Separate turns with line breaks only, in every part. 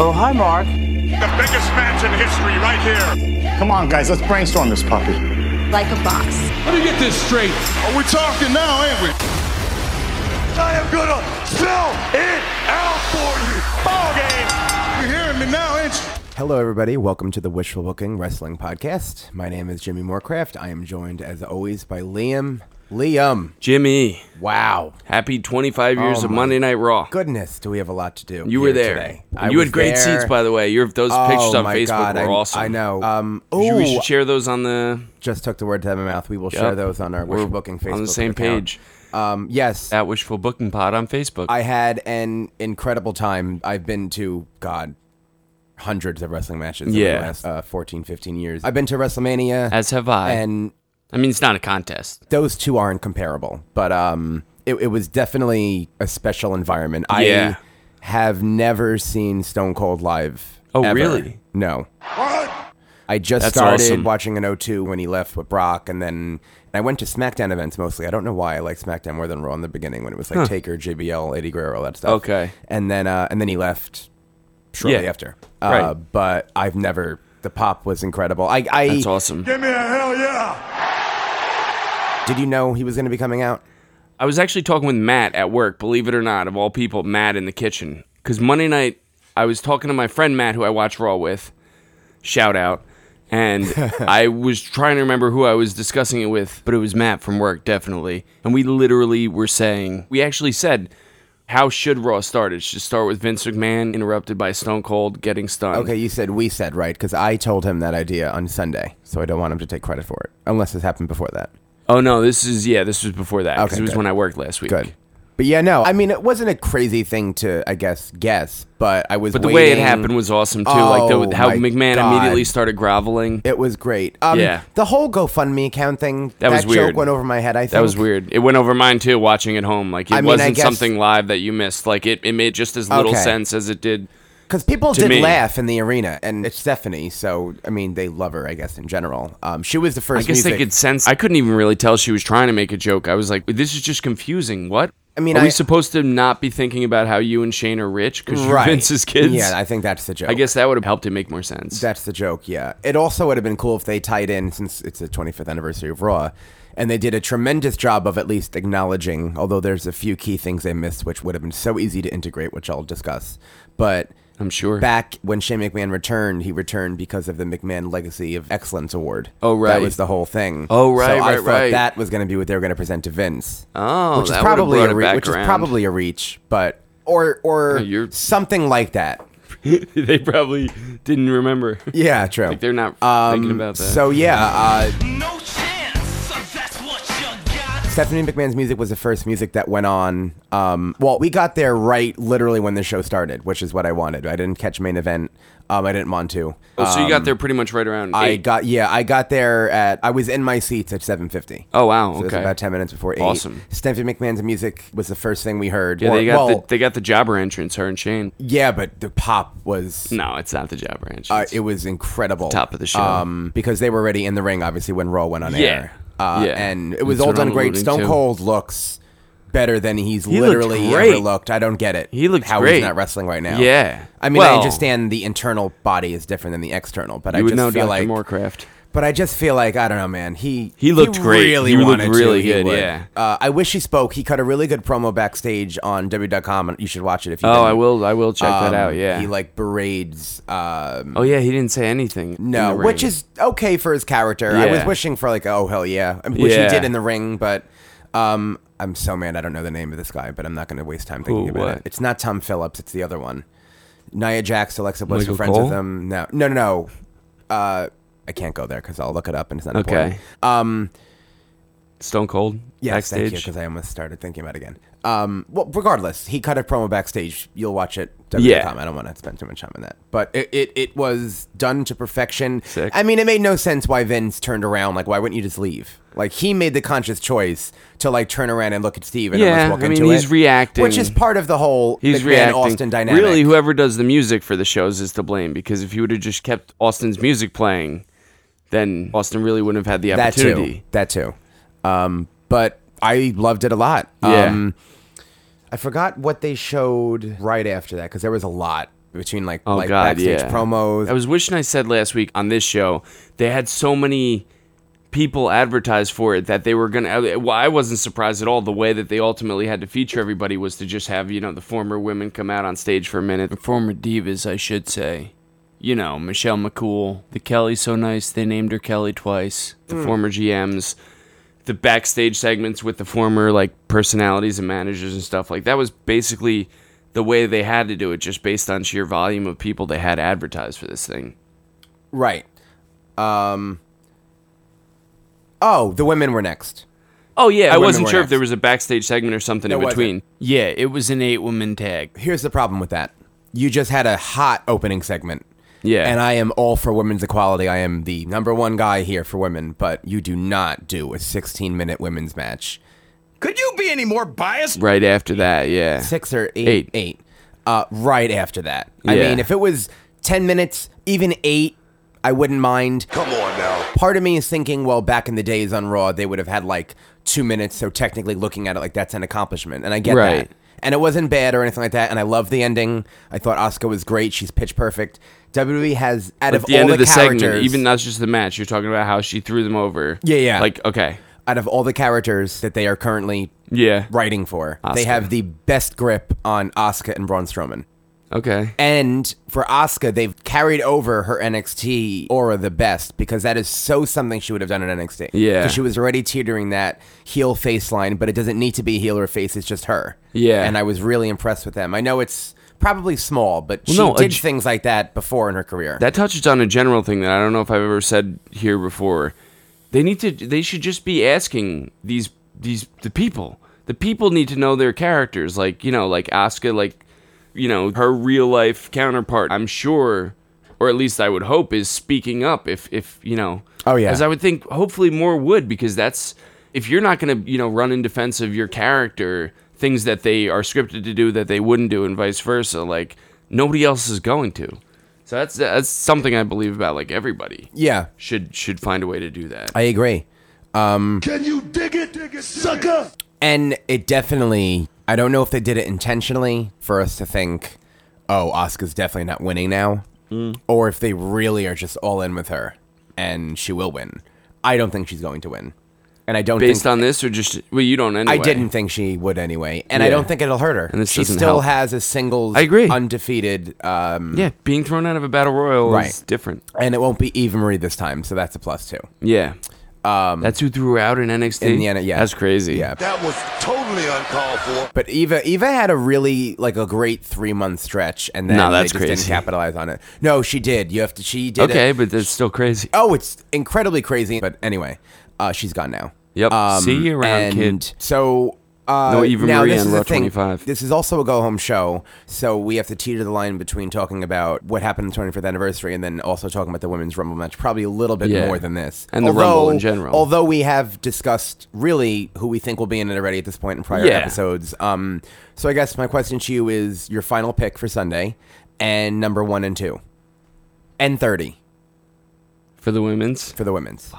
Oh, hi, Mark.
The biggest match in history right here.
Come on, guys, let's brainstorm this puppy.
Like a boss.
Let me get this straight.
Are we talking now, ain't we?
I am gonna spell it out
Ball
for you.
game.
You hearing me now, ain't you?
Hello, everybody. Welcome to the Wishful Booking Wrestling Podcast. My name is Jimmy Moorcraft. I am joined, as always, by Liam. Liam.
Jimmy,
Wow.
happy 25 years
Oh
of
my
Monday Night Raw.
Goodness, do we have a lot to do?
You were
here
there.
Today. I
You
was
had great
there.
seats, by the way. Your those
Oh
pictures on
my
Facebook
God,
were
I,
awesome.
I know. Um,
We should- we
ooh,
should share those on the
just took the word out of my mouth. We will
Yep.
share those on our
We're
Wishful Booking Facebook
on the same
account.
page.
Um, yes,
at Wishful Booking Pod on Facebook.
I had an incredible time. I've been to, God, hundreds of wrestling matches over
Yeah.
the last uh, 14, 15 years. I've been to WrestleMania.
As have I.
And
I mean, it's not a contest.
those two aren't comparable, but um, it, it was definitely a special environment.
Yeah.
I have never seen Stone Cold live.
Oh,
ever.
really?
No. I just
That's
started
awesome.
watching an 02 when he left with Brock, and then and I went to SmackDown events mostly. I don't know why I like SmackDown more than Raw in the beginning when it was like Taker, JBL, Eddie Guerrero, all that stuff.
Okay.
and then uh, and then he left shortly
Yeah.
after. Uh,
Right.
But I've never. The pop was incredible. I, I
That's awesome.
Give me a hell yeah.
did you know he was going to be coming out?
I was actually talking with Matt at work, believe it or not, of all people, Matt in the kitchen. Because Monday night, I was talking to my friend Matt, who I watch Raw with, shout out. And I was trying to remember who I was discussing it with, but it was Matt from work, definitely. And we literally were saying, we actually said, how should Raw start? It should start with Vince McMahon interrupted by Stone Cold getting stunned.
Okay, you said we said right because I told him that idea on Sunday, so I don't want him to take credit for it unless it happened before that.
Oh, no, this is, yeah, this was before that. 'cause
Okay,
it was
good.
when I worked last week.
Good, but yeah, no, I mean it wasn't a crazy thing to, I guess, guess, but I was.
But the way it
waiting.
happened was awesome, too.
Oh,
like, the, how
my
McMahon
God.
immediately started groveling.
It was great. Um,
Yeah.
the whole GoFundMe account thing.
That was weird.
Joke went over my head. I think
That was weird. It went over mine too. Watching at home, like it
I mean, I
wasn't
guess-
something live that you missed. Like it, it made just as little
Okay.
sense as it did.
because people
to
did
me.
laugh in the arena, and it's Stephanie, so I mean they love her, I guess, in general. Um, she was the
I
first.
guess
music.
they could sense. I couldn't even really tell she was trying to make a joke. I was like, "This is just confusing." What?
I mean,
are
I-
we supposed to not be thinking about how you and Shane are rich because you're
right.
Vince's kids?
Yeah, I think that's the joke.
I guess that would have helped it make more sense.
That's the joke, yeah. It also would have been cool if they tied in, since it's the 25th anniversary of Raw, and they did a tremendous job of at least acknowledging, although there's a few key things they missed, which would have been so easy to integrate, which I'll discuss. But
I'm sure.
back when Shane McMahon returned, he returned because of the McMahon Legacy of Excellence Award.
Oh, right.
That was the whole thing.
Oh, right,
So I
right,
thought
right.
that was going to be what they were going to present to Vince.
Oh,
which is
that would've
probably
brought
a
it
re-
back
which
around.
is probably a reach, but or or
Yeah, you're-
something like that.
they probably didn't remember.
Yeah, true.
like they're not thinking about that.
Um, So yeah, uh,
No chance. So that's what you got.
Stephanie McMahon's music was the first music that went on. Um, well, we got there right literally when the show started, which is what I wanted. I didn't catch main event. Um, I didn't want to.
Oh, so you
Um,
got there pretty much right around.
I
eight.
got yeah, I got there at I was in my seats at seven fifty.
Oh, wow,
so it was
okay.
about ten minutes before eight.
Awesome.
Stephanie McMahon's music was the first thing we heard.
Yeah,
Or-
they got
well,
the, they got the jobber entrance. Her and Shane.
yeah, but the pop was
No, it's not the jobber entrance.
uh, it was incredible.
Top of the show.
Um, because they were already in the ring, obviously, when Raw went on
Yeah.
air. Uh,
Yeah.
And it was
That's
all
what
done
I'm
great.
alluding
Stone
to.
Cold looks better than he's
looked
literally ever
great.
looked. I don't get it.
He looked
How
great.
he's not wrestling right now.
Yeah.
I mean, I
Well-
understand the internal body is different than the external, but I
you
just
would know
feel
Dr.
like.
Moorcraft.
But I just feel like I don't know, man. He
He looked great.
Really
He looked
wanted to.
really
He
good,
would.
yeah.
Uh, I wish he spoke. He cut a really good promo backstage on W.com, and you should watch it if you.
Oh,
didn't.
I will. I will check
Um,
that out. Yeah.
He like berades. Um,
oh yeah, he didn't say anything. in
No,
the ring.
which is okay for his character. I was
Yeah.
wishing for like, oh hell yeah, I mean, which
Yeah.
he did in the ring, but um, I'm so mad I don't know the name of this guy, but I'm not going to waste time thinking
Who,
about
what?
it. It's not Tom Phillips, it's the other one. Nia Jax, Alexa Bliss
Michael
are friends
Cole?
with him. No, no, no, no. Uh, I can't go there because I'll look it up and it's not important.
okay. Stone Cold
Yes, thank you
backstage.
because I almost started thinking about it again. Um, well, regardless, he cut a promo backstage. You'll watch it.
Yeah.
Yeah. I don't want to spend too much time on that, but it, it, it was done to perfection.
Sick.
I mean, it made no sense why Vince turned around. Like, why wouldn't you just leave? Like, he made the conscious choice to like turn around and look at Steve and
Yeah,
almost walk
I mean,
into
he's
it,
reacting.
which is part of the whole
He's
McMahon
reacting.
Austin dynamic.
Really, whoever does the music for the shows is to blame because if he would have just kept Austin's music playing, then Austin really wouldn't have had the
that
opportunity.
too. That too. Um, but I loved it a lot.
Yeah.
Um, I forgot what they showed right after that because there was a lot. between like,
Oh
like
god,
backstage
yeah.
promos.
I was wishing I said last week on this show they had so many people advertise for it that they were gonna. Well, I wasn't surprised at all. The way that they ultimately had to feature everybody was to just have you know the former women come out on stage for a minute, the former divas, I should say. You know Michelle McCool, the Kelly so nice they named her Kelly twice. The former GMs. The backstage segments with the former like personalities and managers and stuff like that was basically the way they had to do it just based on sheer volume of people they had advertised for this thing.
right. Um. Oh, the women were next.
Oh yeah, I
women
wasn't
were
sure if
next.
there was a backstage segment or something
There
in
wasn't.
between. Yeah, it was an eight woman tag.
Here's the problem with that. You just had a hot opening segment.
Yeah.
And I am all for women's equality. I am the number one guy here for women, but you do not do a 16 minute women's match.
Could you be any more biased?
Right after that, yeah.
six or eight,
Eight.
eight, uh, right after that. I
Yeah.
mean, if it was 10 minutes, even eight, I wouldn't mind.
Come on now.
Part of me is thinking, well, back in the days on Raw, they would have had like two minutes. So technically, looking at it like that's an accomplishment. And I get
Right.
that. And it wasn't bad or anything like that. And I love the ending. I thought Asuka was great. She's pitch perfect. WWE has, out
At
of
the
all
end
the,
of the
characters,
segment, even that's just the match. You're talking about how she threw them over.
Yeah, yeah.
Like, okay.
out of all the characters that they are currently
Yeah.
writing for, they
Asuka.
have the best grip on Asuka and Braun Strowman.
Okay.
And for Asuka, they've carried over her NXT aura the best because that is so something she would have done in NXT.
Yeah.
'Cause she was already teetering that heel face line, but it doesn't need to be heel or face. It's just her.
Yeah.
And I was really impressed with them. I know it's probably small, but she
no, a
did
j-
things like that before in her career.
That touches on a general thing that I don't know if I've ever said here before. They need to. They should just be asking these these the people. The people need to know their characters. Like you know, like Asuka, like you know, her real life counterpart. I'm sure, or at least I would hope, is speaking up. If if you know,
Oh, yeah.
as I would think, hopefully more would because that's if you're not going to you know run in defense of your character things that they are scripted to do that they wouldn't do and vice versa. Like nobody else is going to. So that's that's something I believe about like everybody
yeah,
should should find a way to do that.
I agree. Um,
Can you dig it, dig it sucker?
And it definitely, I don't know if they did it intentionally for us to think, oh, Asuka's definitely not winning now,
Mm.
or if they really are just all in with her and she will win. I don't think she's going to win. And I don't
Based
think,
on this or just well you don't anyway.
I didn't think she would anyway. And I
Yeah.
don't think it'll hurt her.
And this
she
doesn't
still
help.
has a singles
I agree.
undefeated, um,
Mm. Yeah, being thrown out of a battle royal is
Right.
different.
and it won't be even Marie this time, so that's a plus two.
Yeah. Um, that's who threw her out in NXT.
In the end, yeah.
That's crazy.
Yeah.
That was totally uncalled for.
But Eva Eva had a really like a great three month stretch, and then
No,
they
that's
just didn't
crazy.
capitalize on it. No, she did. You have to. She did.
Okay,
it.
but that's still crazy.
oh, it's incredibly crazy. But anyway, uh, she's gone now. Um,
Yep. See you around,
and
kid.
So. Uh,
No Eva
now
Marie
this
on
is the
Raw
thing.
25.
This is also a go home show, so we have to teeter the line between talking about what happened on the 25th anniversary and then also talking about the women's Rumble match. Probably a little bit
Yeah.
more than this,
And the Rumble in general.
Although we have discussed really who we think will be in it already at this point in prior
Yeah.
episodes. Um, so I guess my question to you is your final pick for Sunday, and number one and two, and thirty
For the women's.
for the women's.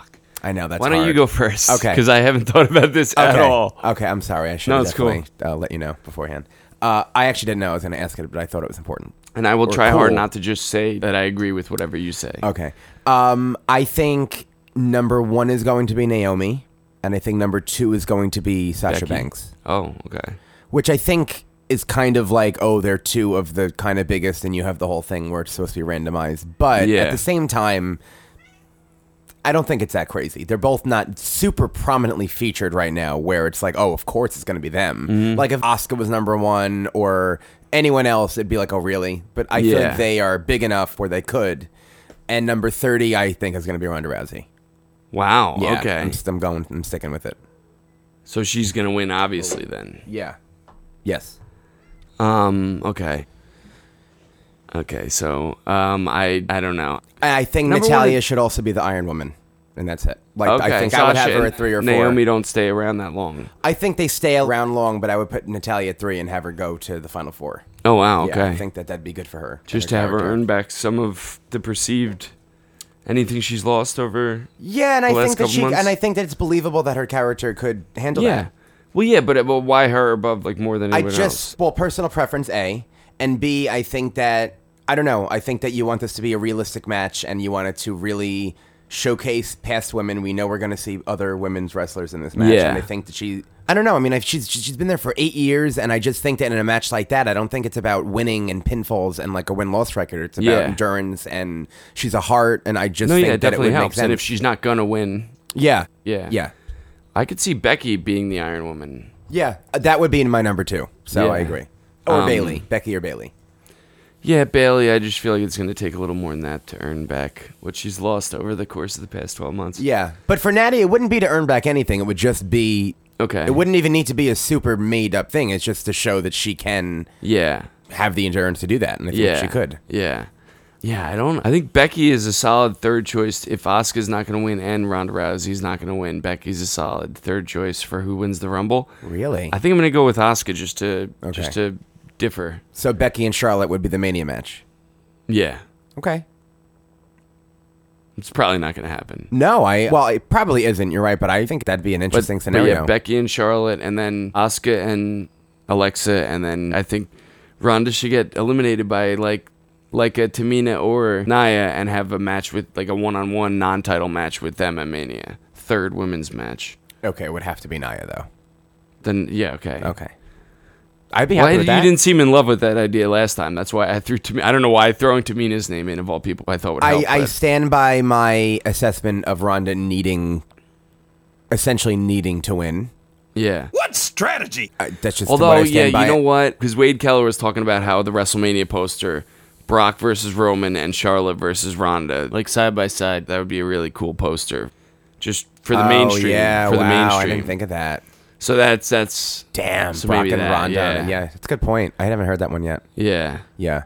I know that's.
Why don't you
hard.
go first?
Okay.
Because I haven't thought about this at
Okay.
all.
Okay, I'm sorry. I should
No,
no,
it's cool.
definitely uh, let you know beforehand. Uh, I actually didn't know I was going to ask it, but I thought it was important.
And I will
Or
try hard
cool.
not to just say that I agree with whatever you say.
Okay. Um, I think number one is going to be Naomi, and I think number two is going to be Sasha
Becky.
Banks,
Oh, okay.
which I think is kind of like, oh, they're two of the kind of biggest, and you have the whole thing where it's supposed to be randomized. But
Yeah.
at the same time, I don't think it's that crazy. They're both not super prominently featured right now, where it's like, oh, of course it's going to be them.
Mm-hmm.
Like if Oscar was number one or anyone else, it'd be like, oh, really? But I feel
Yeah.
like they are big enough where they could. And number thirty, I think, is going to be Ronda Rousey.
Wow.
Yeah,
okay.
I'm, I'm going. I'm sticking with it.
so she's gonna win, obviously. Then.
Yeah. Yes.
Um. Okay. Okay. So. Um. I. I don't know.
And I think
Number
Natalia
one-
should also be the Iron Woman, and that's it. Like
Okay.
I think
Sasha
I would have her
and
at three or four.
Naomi don't stay around that long.
I think they stay around long, but I would put Natalia at three and have her go to the final four.
Oh wow.
Yeah,
Okay.
I think that that'd be good for her. and
Just to have her
character.
earn back some of the perceived anything she's lost over.
Yeah, and I
the last
think that
couple
she
months.
and I think that it's believable that her character could handle
Yeah.
that.
Well, yeah, but, uh, but why her above like more than
I
anyone
just
else?
well, personal preference A and B. I think that I don't know. I think that you want this to be a realistic match, and you want it to really showcase past women. We know we're going to see other women's wrestlers in this match,
Yeah.
and I think that she. I don't know. I mean, I, she's she's been there for eight years, and I just think that in a match like that, I don't think it's about winning and pinfalls and like a win loss record. It's about
Yeah.
endurance, and she's a heart, and I just
No,
think
yeah, it
that it
definitely
would
helps.
make sense.
And if she's not gonna win,
yeah,
Yeah.
yeah,
I could see Becky being the Iron Woman.
yeah, Uh, that would be in my number two. So I
Yeah.
agree. Or
Um,
Bailey, Becky or Bailey.
Yeah, Bailey. I just feel like it's gonna take a little more than that to earn back what she's lost over the course of the past twelve months.
Yeah, but for Natty, it wouldn't be to earn back anything. It would just be
Okay.
It wouldn't even need to be a super made up thing. It's just to show that she can
Yeah.
have the endurance to do that, and I think
Yeah.
she could.
Yeah. Yeah, I don't. I think Becky is a solid third choice. If Asuka's not going to win and Ronda Rousey's not going to win, Becky's a solid third choice for who wins the Rumble.
Really?
I think I'm going to go with Asuka just to
Okay.
just to differ.
So Becky and Charlotte would be the Mania match.
Yeah,
Okay.
it's probably not going to happen.
No, I well, it probably isn't. You're right, but I think that'd be an
But,
interesting
but
scenario.
yeah, Becky and Charlotte, and then Asuka and Alexa, and then I think Ronda should get eliminated by like like a Tamina or Naya, and have a match with like a one-on-one non-title match with them at Mania, third women's match.
okay, it would have to be Naya though.
Then yeah, okay.
Okay. I'd be happy
Why
with
did, you
that.
didn't seem in love with that idea last time? That's why I threw. Tam- I don't know why throwing Tamina's name in of all people. I thought would
I,
help.
I
but-
stand by my assessment of Ronda needing, essentially needing to win.
yeah.
What strategy?
I, that's just
Although
what I stand
yeah, you
by.
know what? Because Wade Keller was talking about how the WrestleMania poster, Brock versus Roman and Charlotte versus Ronda, like side by side, that would be a really cool poster, just for the
oh,
mainstream.
Yeah,
for the
wow, I
mainstream.
didn't think of that.
so that's that's
Damn,
So
Brock
maybe
and
that,
Ronda.
yeah.
yeah, it's a good point. I haven't heard that one yet.
yeah.
Yeah.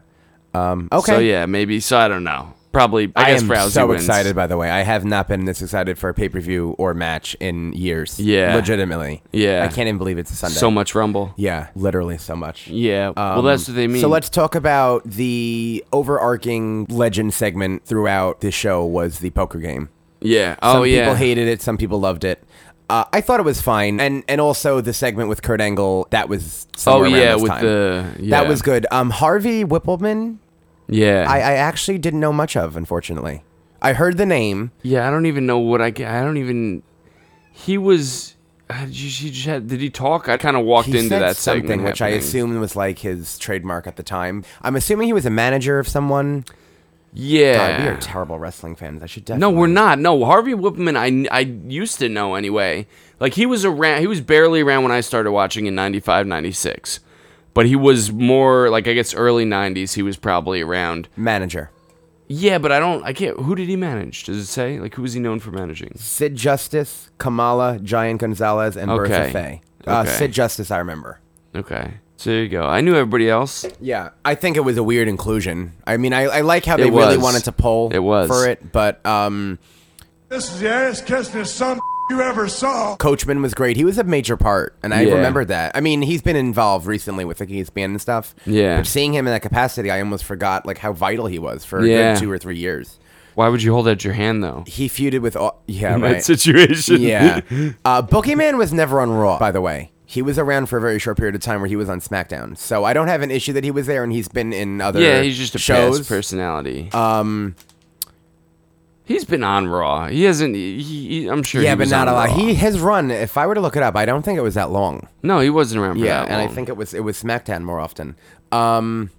Um, okay.
So yeah, maybe. So I don't know. Probably. I,
I,
guess
am
Rousey
so
wins.
excited, by the way. I have not been this excited for a pay per view or match in years.
Yeah.
Legitimately.
Yeah.
I can't even believe it's a Sunday.
So much Rumble.
Yeah, literally so much.
Yeah. well,
Um,
that's what they mean.
So let's talk about the overarching legend segment throughout this show was the poker game.
Yeah.
Some
Oh yeah.
people hated it. Some people loved it. Uh, I thought it was fine, and and also the segment with Kurt Angle that was
Oh
somewhere around
yeah,
this
with
time.
the yeah.
that was good. Um, Harvey Whippleman,
Yeah,
I, I actually didn't know much of, unfortunately. I heard the name.
yeah. I don't even know what I ca- I don't even. He was. How did, you, he just had, did he talk? I kind of walked
He
into
said
that
something,
segment,
which I
happening.
assumed was like his trademark at the time. I'm assuming he was a manager of someone. God, we
Yeah.
are terrible wrestling fans. I should
no,
definitely.
we're not. No, Harvey Whippleman. I I used to know anyway. Like he was around. He was barely around when I started watching in 95, 96. But he was more like I guess early '90s. He was probably around.
manager.
Yeah, but I don't. I can't. Who did he manage? Does it say? Like who was he known for managing?
Sid Justice, Kamala, Giant Gonzalez, and Bertha
Okay.
Faye. Uh,
Okay.
Sid Justice, I remember.
Okay, so there you go. I knew everybody else.
Yeah, I think it was a weird inclusion. I mean, I, I like how they
It
really
was.
wanted to pull
It was.
for it, but um,
This is the ass kissing some you ever saw.
Coachman was great. He was a major part, and I
Yeah.
remembered that. I mean, he's been involved recently with E the Keys band and stuff.
Yeah.
but seeing him in that capacity, I almost forgot like how vital he was for a
Yeah.
good two or three years.
Why would you hold out your hand though?
He feuded with all. Yeah,
in
right.
that situation.
yeah, uh, Boogeyman was never on Raw. By the way, he was around for a very short period of time where he was on SmackDown. So I don't have an issue that he was there, and he's been in other.
yeah, he's just a
shows.
past personality. Um, he's been on Raw. He hasn't. He, he, I'm sure.
Yeah,
he
but
was
not a
on
lot.
Raw.
He his run. If I were to look it up, I don't think it was that long.
no, he wasn't around. For
Yeah,
that
and I
long.
think it was it was SmackDown more often. Um,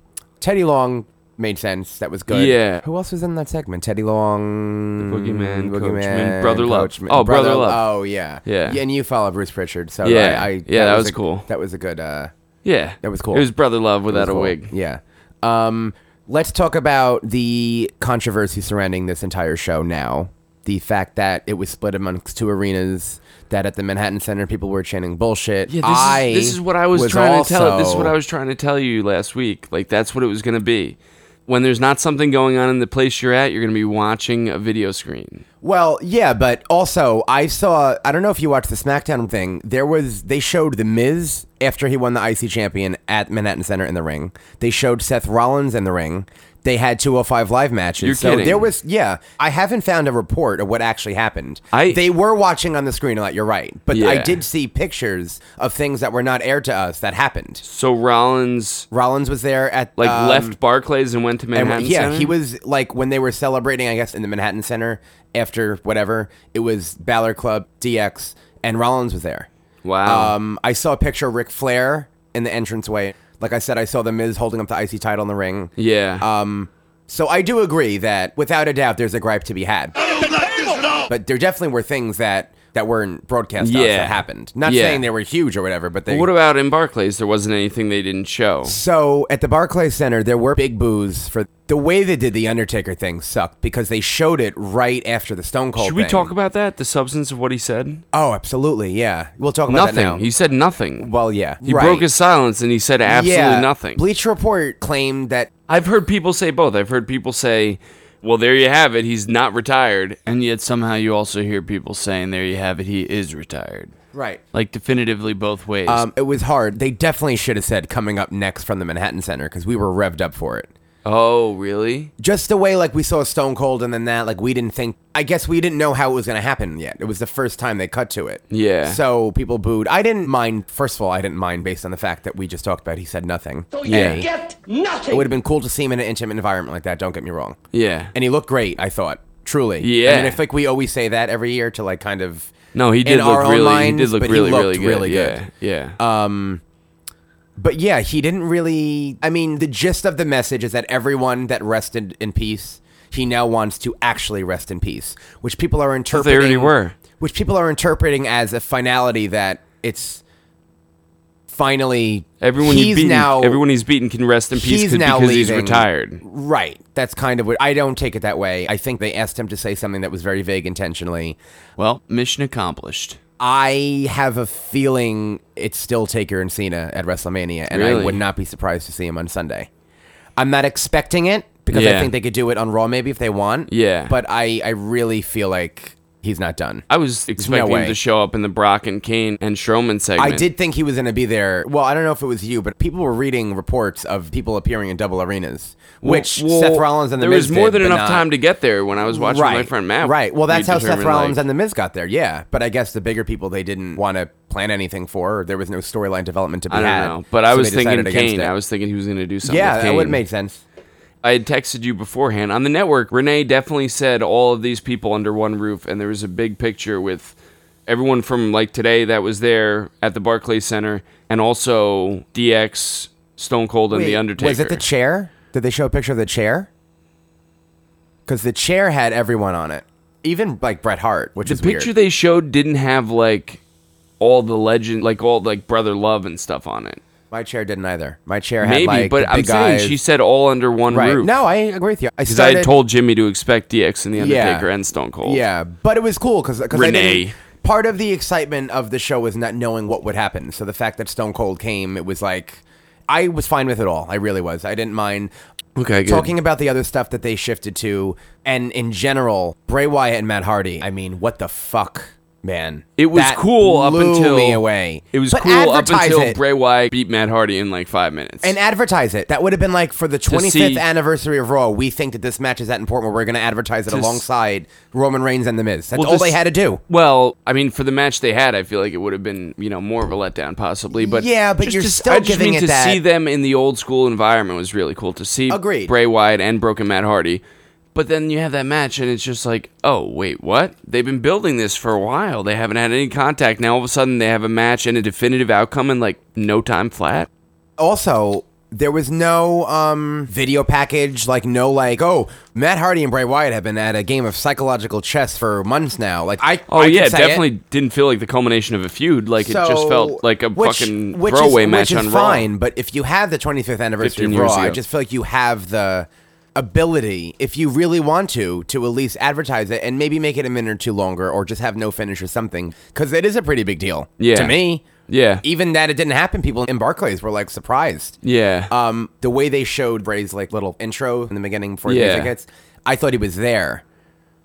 Teddy Long made sense. That was good.
Yeah.
Who else was in that segment? Teddy Long,
Boogeyman, Coachman, Brother Love.
Coachman-
Oh, Brother Love.
Oh, yeah.
Yeah.
And you follow Bruce Pritchard. So
Yeah.
I, I,
Yeah, that was
a-
cool.
That was a good. Uh,
yeah,
That was cool.
It was brother love without a
cool.
wig.
Yeah. Um, let's talk about the controversy surrounding this entire show now. The fact that it was split amongst two arenas, that at the Manhattan Center people were chanting bullshit.
Yeah, this,
I
is, this is what I was, trying to tell. This is
also-
what I was trying to tell you last week. Like that's what it was going to be. When there's not something going on in the place you're at, you're going to be watching a video screen.
Well, yeah, but also I saw. I don't know if you watched the SmackDown thing. There was they showed the Miz after he won the IC champion at Manhattan Center in the ring. They showed Seth Rollins in the ring. They had 205 live matches.
You're
so
kidding.
there was yeah. I haven't found a report of what actually happened.
I-
they were watching on the screen a lot, you're right. But I
Yeah.
did see pictures of things that were not aired to us that happened.
So Rollins
Rollins was there at
like
um,
left Barclays and went to
and
Manhattan.
yeah,
Center?
he was like when they were celebrating, I guess, in the Manhattan Center after whatever. It was Balor Club, DX, and Rollins was there.
Wow.
Um, I saw a picture of Ric Flair in the entranceway. Like I said, I saw the Miz holding up the IC title in the ring.
yeah.
Um, so I do agree that without a doubt, there's a gripe to be had.
I don't like this at all.
But there definitely were things that that weren't broadcast to us
Yeah.
that happened. Not
Yeah.
saying they were huge or whatever, but they.
what about in Barclays? There wasn't anything they didn't show.
So at the Barclays Center, there were big boos for the way they did the Undertaker thing sucked because they showed it right after the Stone Cold.
Should we
thing.
talk about that? The substance of what he said?
Oh, absolutely, yeah. We'll talk about that now.
Nothing. He said nothing.
well, yeah,
he
right.
broke his silence and he said absolutely
Yeah.
nothing.
Bleach Report claimed that
I've heard people say both. I've heard people say, well, there you have it. He's not retired. And yet somehow you also hear people saying, there you have it. He is retired.
right.
Like definitively both ways.
Um, it was hard. They definitely should have said coming up next from the Manhattan Center because we were revved up for it.
oh, really?
Just the way like we saw Stone Cold and then that like we didn't think. I guess we didn't know how it was going to happen yet. It was the first time they cut to it.
Yeah.
So people booed. I didn't mind. First of all, I didn't mind based on the fact that we just talked about he said nothing.
Yeah.
Get nothing.
It would have been cool to see him in an intimate environment like that. Don't get me wrong.
Yeah.
And he looked great. I thought truly.
Yeah.
And I think we always say that every year to like kind of.
no, he
in
did
our
look
own
really,
minds,
he did look
but
really,
looked
really good. yeah.
good.
Yeah.
But yeah, he didn't really. I mean, the gist of the message is that everyone that rested in peace, he now wants to actually rest in peace, which people are
they
interpreting.
already were.
Which people are interpreting as a finality that it's finally
everyone he's
he's
beaten,
now
everyone he's beaten can rest in peace
he's
'cause-
now
because he's
leaving.
retired.
Right. That's kind of what I don't take it that way. I think they asked him to say something that was very vague intentionally.
Well, mission accomplished.
I have a feeling it's still Taker and Cena at WrestleMania, and I
Really?
would not be surprised to see him on Sunday. I'm not expecting it because I
Yeah.
think they could do it on Raw maybe if they want.
Yeah.
But I, I really feel like he's not done.
I was expecting
way.
him to show up in the Brock and Kane and Strowman segment.
I did think he was going to be there. Well, I don't know if it was you, but people were reading reports of people appearing in double arenas, which
Well,
Seth Rollins and the
there
Miz
was more
did,
than
but
enough
not-
time to get there when I was watching my friend Matt.
Right. Well, that's
We
how Seth
determined,
Rollins
like-
and The Miz got there. Yeah, but I guess the bigger people they didn't want to plan anything for. Or there was no storyline development to be
I don't
had.
know, but I
so
was
they
thinking
decided against
Kane.
it.
I was thinking he was going to do something.
yeah,
with
that
Kane.
would make sense.
I had texted you beforehand on the network. Renee definitely said all of these people under one roof, and there was a big picture with everyone from like today that was there at the Barclays Center, and also DX, Stone Cold, and
Wait,
the Undertaker.
Was it the chair? Did they show a picture of the chair? Because the chair had everyone on it, even like Bret Hart, which
the
is
picture
weird.
they showed didn't have like all the legend, like all like brother love and stuff on it.
My chair didn't either. My chair
Maybe,
had like
but
the
I'm
big
saying
guys.
she said all under one
right.
roof.
No, I agree with you. I
because I
started
had told Jimmy to expect DX and the
Yeah.
Undertaker and Stone Cold.
Yeah, but it was cool because
Renee.
Part of the excitement of the show was not knowing what would happen. So the fact that Stone Cold came, it was like I was fine with it all. I really was. I didn't mind.
Okay, good.
Talking about the other stuff that they shifted to, and in general, Bray Wyatt and Matt Hardy. I mean, what the fuck, man?
It was
That
cool up
blew
until
me away.
It was
But
cool up
advertise
until
it.
Bray Wyatt beat Matt Hardy in like five minutes.
and advertise it. That would have been like for the 25th
see-
anniversary of Raw. We think that this match is that important. We're going to advertise it
To s-
alongside Roman Reigns and The Miz. That's
Well,
all
just-
they had to do.
well, I mean, for the match they had, I feel like it would have been you know more of a letdown possibly. But
Yeah, but
just
you're
to,
still
I just
giving
mean
it
to
that-
see them in the old school environment was really cool to see.
Agreed.
Bray Wyatt and Broken Matt Hardy. But then you have that match, and it's just like, oh wait, what? They've been building this for a while. They haven't had any contact. Now all of a sudden they have a match and a definitive outcome in like no time flat.
also there was no um, video package like no like oh matt hardy and bray wyatt have been at a game of psychological chess for months now like i
Oh
I can
yeah,
say
definitely
it.
didn't feel like the culmination of a feud. Like it just
So-
felt like a
which-
fucking
which
throwaway
is,
match
which
on
is
Raw.
fine but if you have the 25th
15
anniversary of
years
raw i
ago.
just feel like you have the ability if you really want to to at least advertise it and maybe make it a minute or two longer or just have no finish or something because it is a pretty big deal
Yeah.
to me
Yeah,
even that it didn't happen people in barclays were like surprised
yeah.
um, the way they showed Bray's like little intro in the beginning before the
Yeah.
music hits, I thought he was there,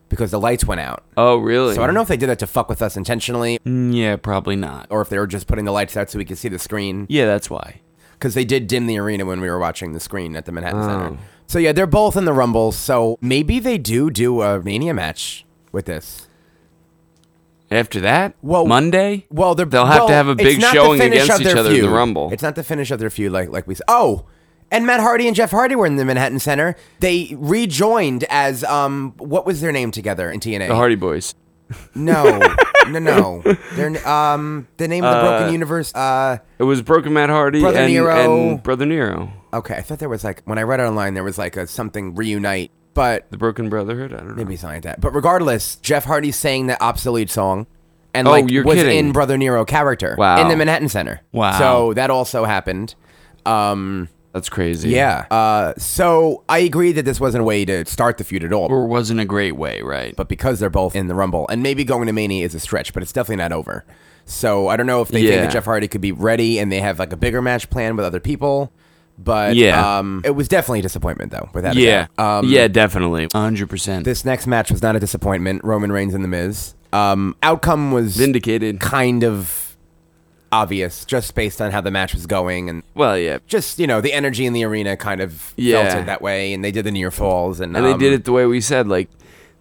because the lights went out.
Oh, really?
So I don't know if they did that to fuck with us intentionally
Yeah, probably not.
or if they were just putting the lights out so we could see the screen
yeah, that's why.
because they did dim the arena when we were watching the screen at the Manhattan
Oh.
Center. So yeah, they're both in the Rumble. So maybe they do do a Mania match with this.
After that,
Well,
Monday.
Well, they're,
they'll have
well,
to have a
it's
big
not the
showing
finish
against
of
each
their
other in the
feud.
Rumble.
It's not the finish of their feud, like like we said. Oh, and Matt Hardy and Jeff Hardy were in the Manhattan Center. They rejoined as um, what was their name together in TNA?
the Hardy Boys.
No, no, no. They're um, the name of the Broken Universe. Uh,
It was Broken Matt Hardy
Brother
and,
Nero.
and Brother Nero,
okay, I thought there was like when I read it online, there was like a something reunite, but
the Broken Brotherhood. I don't know.
Maybe something like that. But regardless, Jeff Hardy sang the obsolete song and
Oh,
like
you're
was
kidding.
in Brother Nero character
Wow.
in the Manhattan Center.
Wow.
So that also happened. Um
That's crazy.
yeah. Uh so I agree that this wasn't a way to start the feud at all.
or wasn't a great way, right?
but because they're both in the Rumble and maybe going to Mania is a stretch, but it's definitely not over. So I don't know if they think
Yeah.
that Jeff Hardy could be ready and they have like a bigger match plan with other people. But
Yeah.
um it was definitely a disappointment though, without a
yeah,
doubt. Um
yeah, definitely, hundred percent.
this next match was not a disappointment. Roman Reigns and The Miz. Um, outcome was
Vindicated.
kind of obvious, just based on how the match was going, and
Well, yeah,
just you know the energy in the arena kind of
Yeah.
felt it that way. And they did the near falls, and,
and
um,
they did it the way we said. Like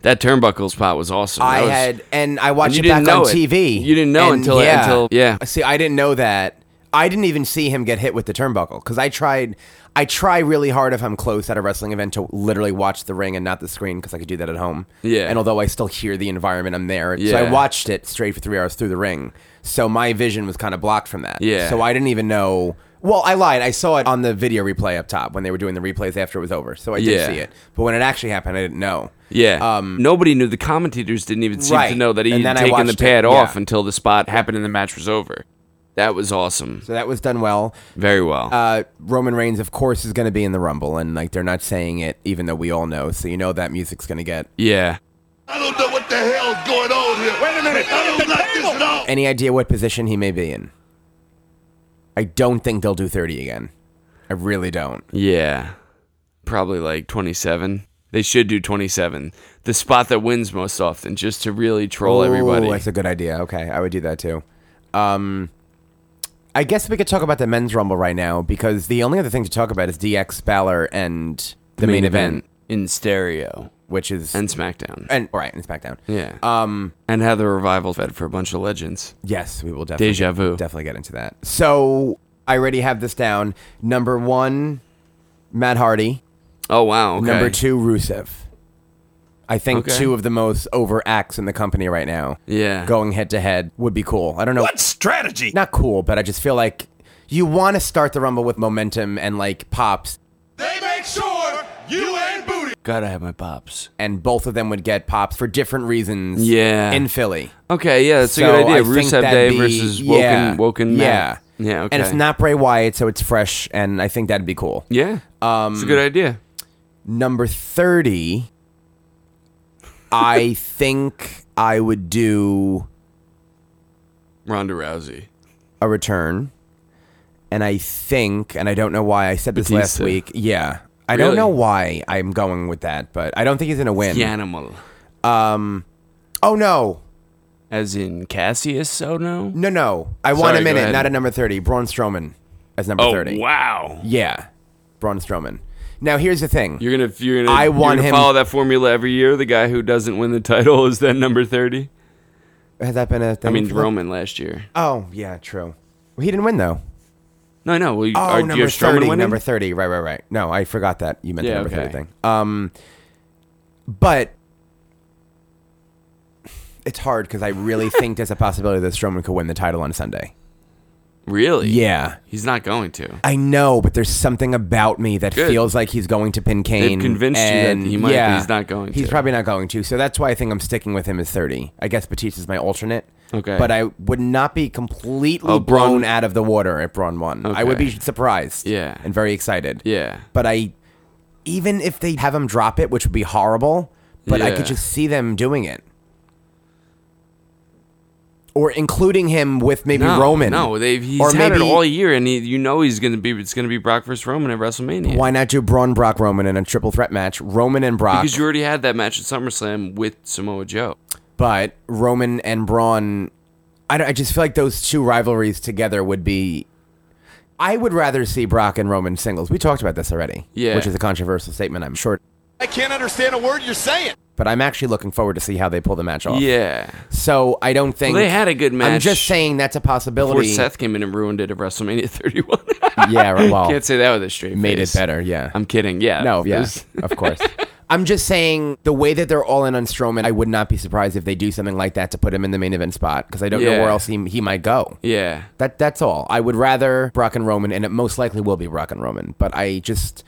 that turnbuckle spot was awesome.
I
That was-
had and I watched
you
it back
didn't know
on
it.
TV.
You didn't know
and
until-
yeah,
until- yeah.
See, I didn't know that. I didn't even see him get hit with the turnbuckle because I tried. I try really hard if I'm close at a wrestling event to literally watch the ring and not the screen because I could do that at home.
Yeah.
And although I still hear the environment, I'm there. So I
Yeah.
watched it straight for three hours through the ring. So my vision was kind of blocked from that.
Yeah.
So I didn't even know. Well, I lied. I saw it on the video replay up top when they were doing the replays after it was over. So I did
Yeah.
see it. But when it actually happened, I didn't know.
Yeah.
Um,
Nobody knew. The commentators didn't even seem
Right.
to know that he
And
had
then I
taken the
watched it,
pad
yeah.
off until the spot happened and the match was over. That was awesome.
So that was done well.
Very well.
uh, Roman Reigns, of course, is going to be in the Rumble, and like they're not saying it, even though we all know. So you know that music's going to get
yeah.
I don't know what the hell's going on here.
Wait a minute.
I don't like this at all.
any idea what position he may be in. I don't think they'll do thirty again. I really don't.
Yeah. Probably like 27. They should do 27. The spot that wins most often, just to really troll
Ooh,
everybody.
that's a good idea. Okay, I would do that too. Um, I guess we could talk about the men's Rumble right now because the only other thing to talk about is DX Balor and the, main, event,
in stereo
which is
and SmackDown.
and all right, and SmackDown.
yeah.
Um,
and how the revival fed for a bunch of legends.
Yes, we will definitely
Deja vu.
Definitely get into that. So I already have this down. Number one, Matt Hardy.
Oh, wow. Okay.
Number two, Rusev. I think
Okay.
two of the most over acts in the company right now.
Yeah.
Going head to head would be cool. I don't know.
What strategy?
Not cool, but I just feel like you want to start the rumble with momentum and like pops,
They make sure you ain't booty.
Gotta have my pops.
and both of them would get pops for different reasons.
Yeah.
In Philly.
Okay, yeah, that's a
So
good idea.
I think
Rusev
that'd
Day
be-
versus Woken,
yeah,
Woken Matt.
Yeah.
Yeah, okay.
And it's not Bray Wyatt, so it's fresh, and I think that'd be cool.
Yeah. Um, it's a good idea.
Number 30, I think I would do
Ronda Rousey.
a return. And I think, and I don't know why I said this last
Batista.
week. Yeah. I
Really?
don't know why I'm going with that, but I don't think he's going to win.
The animal.
Oh, no.
As in Cassius Ono?
No, no. I want
Sorry,
him
go
in it,
ahead. Oh,
not at number 30. Braun Strowman as number 30.
wow.
Yeah. Braun Strowman. Now, here's the thing.
You're gonna you're gonna,
I
you're
want
gonna
him-
follow that formula every year. The guy who doesn't win the title is then number thirty.
Has that been a thing?
I mean
for them?
Roman last year.
Oh, yeah, true. Well, he didn't win, though.
No, no. Well, you,
Oh,
are, do you
number
have Strowman
30,
winning?
number 30. Right, right, right. No, I forgot that. You meant
Yeah,
the number
okay.
30 thing. Um, but it's hard because I really think there's a possibility that Strowman could win the title on Sunday.
really?
Yeah.
He's not going to.
I know, but there's something about me that
Good.
feels like he's going to pin Kane.
convinced you that
and
he might, but
yeah,
he's not going
He's
to.
probably not going to. So that's why I think I'm sticking with him as 30. I guess Batista's my alternate.
Okay.
But I would not be completely
Oh, Braun-
blown out of the water if Braun won. I would be
Okay.
surprised.
Yeah.
And very excited.
Yeah.
But I, even if they have him drop it, which would be horrible, but I
Yeah.
could just see them doing it. or including him with maybe
no,
Roman.
No, they've he's
or
had it
maybe
all year, and he, you know he's gonna be it's gonna be Brock versus Roman at WrestleMania.
why not do Braun Brock Roman in a triple threat match? Roman and Brock,
Because you already had that match at SummerSlam with Samoa Joe.
but Roman and Braun. I, don't- I just feel like those two rivalries together would be. I would rather see Brock and Roman singles. We talked about this already,
Yeah.
which is a controversial statement, I'm sure.
I can't understand a word you're saying.
But I'm actually looking forward to see how they pull the match off.
Yeah,
So I don't think
Well, they had a good
I'm
match
just saying that's a
before
possibility.
Seth came in and ruined it at WrestleMania 31.
yeah, right, well,
Can't say that with a straight
Oh. made it
face.
better. Yeah,
I'm kidding. Yeah.
No,
It
yes,
was-
of course. I'm just saying the way that they're all in on Strowman, I would not be surprised if they do something like that to put him in the main event spot because I don't know
Yeah.
where else he, he might go.
Yeah.
That that's all. I would rather Brock and Roman, and it most likely will be Brock and Roman. But I just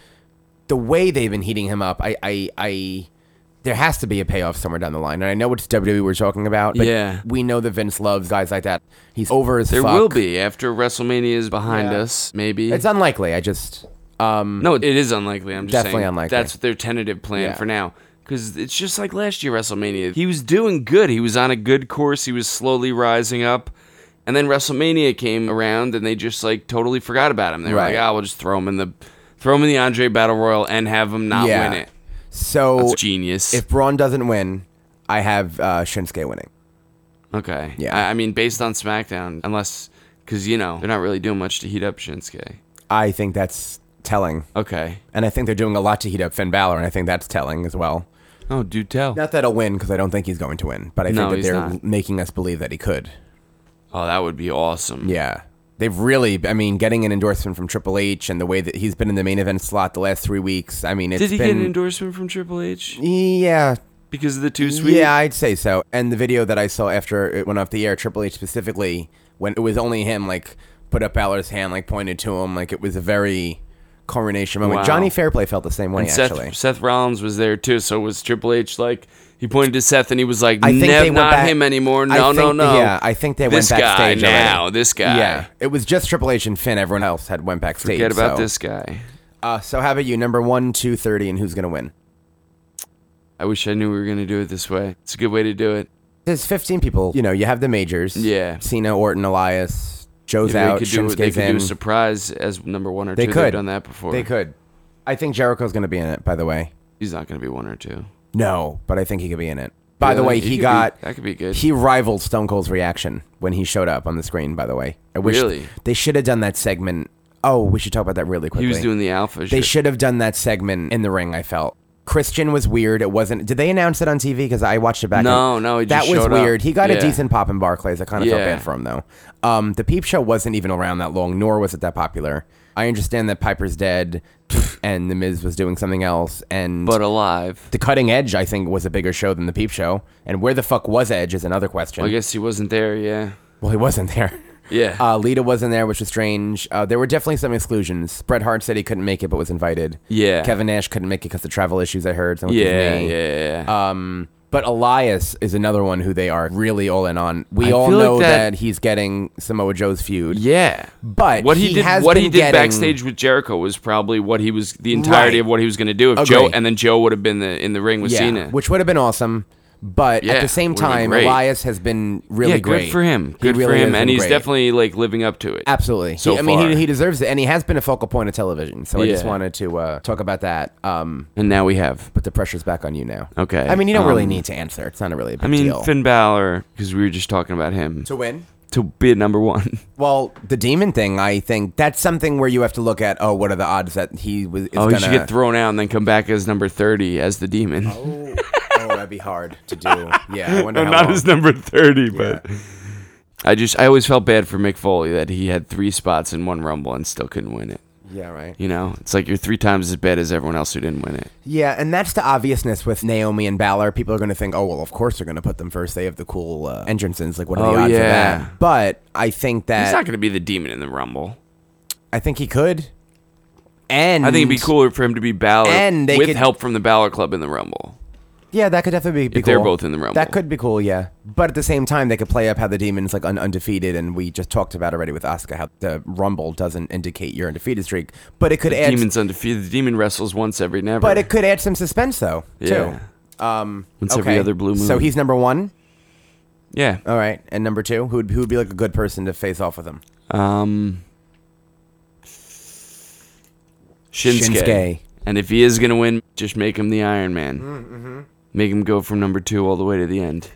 the way they've been heating him up, I I, I there has to be a payoff somewhere down the line. And I know it's WWE we're talking about, but
Yeah.
we know that Vince loves guys like that. He's over as
There
fuck.
will be after WrestleMania is behind
Yeah.
us. Maybe
It's unlikely. I just um
No, it is unlikely. I'm just
Definitely
saying
unlikely.
that's their tentative plan
Yeah.
for now. Because it's just like last year WrestleMania. He was doing good. He was on a good course. He was slowly rising up, and then WrestleMania came around, and they just like totally forgot about him. They were
Right.
like, "Ah, we'll just throw him in the throw him in the Andre Battle Royal and have him not
Yeah.
win it."
so
That's genius.
if Braun doesn't win, I have uh, Shinsuke winning.
okay.
Yeah.
I, I mean, based on SmackDown, unless because you know they're not really doing much to heat up Shinsuke.
I think that's telling.
Okay.
And I think they're doing a lot to heat up Finn Balor, and I think that's telling as well.
Oh, do tell.
Not that he'll win, because I don't think he's going to win, but I
No,
think that
he's
they're
not.
making us believe that he could.
Oh, that would be awesome.
Yeah. They've really, I mean, getting an endorsement from Triple H and the way that he's been in the main event slot the last three weeks, I mean, it's
Did he get
been.
an endorsement from Triple H
yeah.
because of the two sweet?
Yeah, I'd say so. And the video that I saw after it went off the air, Triple H specifically, when it was only him, like, put up Balor's hand, like, pointed to him, like, it was a very coronation moment.
Wow.
Johnny Fairplay felt the same way,
And Seth,
actually.
Seth Rollins was there too. So was Triple H like he pointed to Seth and he was like,
I think
"Nev-
they went
not
back-
him anymore.
I
No, no,
think-
no.
Yeah, I think they
this
went
guy
backstage already.
now. This guy.
Yeah, it was just Triple H and Finn. Everyone else had went backstage.
Forget about
so.
this guy.
Uh, so how about you? Number one, two, thirty, and who's gonna win?
I wish I knew we were gonna do it this way. It's a good way to do it.
There's fifteen people. You know, you have the majors.
Yeah.
Cena, Orton, Elias, Joe's
If they
out.
could do, they could
Shinsuke's
do
in.
a surprise as number one or
They
two.
could.
They've done that before.
They could. I think Jericho's gonna be in it. By the way,
He's not gonna be one or two.
no, but I think he could be in it. By the
Really?
way,
He
he
could be-
got
that could be good.
He rivaled Stone Cold's reaction when he showed up on the screen. By the way, I wish
Really?
they should have done that segment. Oh, we should talk about that really quickly.
He was doing the alpha.
They
shit.
should have done that segment in the ring. I felt Christian was weird. It wasn't. Did they announce it on TV? Because I watched it back.
No, no, he
that
just
was
showed up.
weird. He got
Yeah.
a decent pop in Barclays. I kind of felt
Yeah.
bad for him though. Um, the Peep Show wasn't even around that long, nor was it that popular. I understand that Piper's dead, and The Miz was doing something else, and
but alive.
the Cutting Edge I think was a bigger show than the Peep Show. And where the fuck was Edge is another question.
I guess he wasn't there. Yeah.
Well, he wasn't there.
Yeah.
Uh, Lita wasn't there, which was strange. Uh, there were definitely some exclusions. Bret Hart said he couldn't make it, but was invited.
Yeah.
Kevin Nash couldn't make it because of travel issues. I heard. something with his
yeah. Yeah.
knee.
Yeah.
Um, but Elias is another one who they are really all in on. We
I
all
feel like
know
that-
that, he's getting Samoa Joe's feud.
Yeah,
But
what he,
he
did,
has
what he
been
did
getting-
backstage with Jericho was probably what he was the entirety
Right.
of what he was going to do. If Joe
Agree.
and then Joe would have been the, in the ring with
Yeah,
Cena,
which would have been awesome. But
Yeah,
at the same
would've been
time,
great.
Elias has been really
yeah, good
great
for him,
He
good for
really has
him,
been
and he's
great.
definitely like living up to it.
Absolutely.
So
he, I mean,
far.
he, he deserves it, and he has been a focal point of television. So I just
Yeah.
wanted to uh, talk about that. Um,
And now we have.
but the pressure's back on you now.
Okay,
I mean, you don't really
um,
need to answer. It's not a really big
I mean,
deal.
Finn Balor because we were just talking about him
to win.
to be at number one.
Well, the demon thing, I think that's something where you have to look at. Oh, what are the odds that he was? Is
oh,
gonna,
he should get thrown out and then come back as number thirty as the demon.
oh, that'd be hard to do. Yeah, I wonder
no,
how
not
long.
as number thirty, but. I just I always felt bad for Mick Foley that he had three spots in one Rumble and still couldn't win it.
Yeah, right.
You know, it's like you're three times as bad as everyone else who didn't win it.
Yeah, and that's the obviousness with Naomi and Balor. People are going to think, oh, well, of course they're going to put them first. They have the cool uh, entrances. Like, what are
Oh,
the odds
yeah.
of that? But I think
He's
that
not going to be the demon in the Rumble.
I think he could. And
I think it'd be cooler for him to be Balor
And they
with
could-
help from the Balor Club in the Rumble.
Yeah, that could definitely be, be
If they're
cool.
both in the Rumble.
That could be cool, yeah. But at the same time, they could play up how the demon's like un- undefeated, and we just talked about already with Asuka how the Rumble doesn't indicate your undefeated streak, but it could add.
Demon's undefeated. The demon wrestles once every never.
but it could add some suspense though,
Yeah.
too. Um,
Once
okay.
every other blue moon.
So he's number one.
Yeah.
All right. And number two, who would who would be like a good person to face off with him?
Um, Shinsuke.
Shinsuke.
And if he is going to win, just make him the Iron Man. Make him go from number two all the way to the end.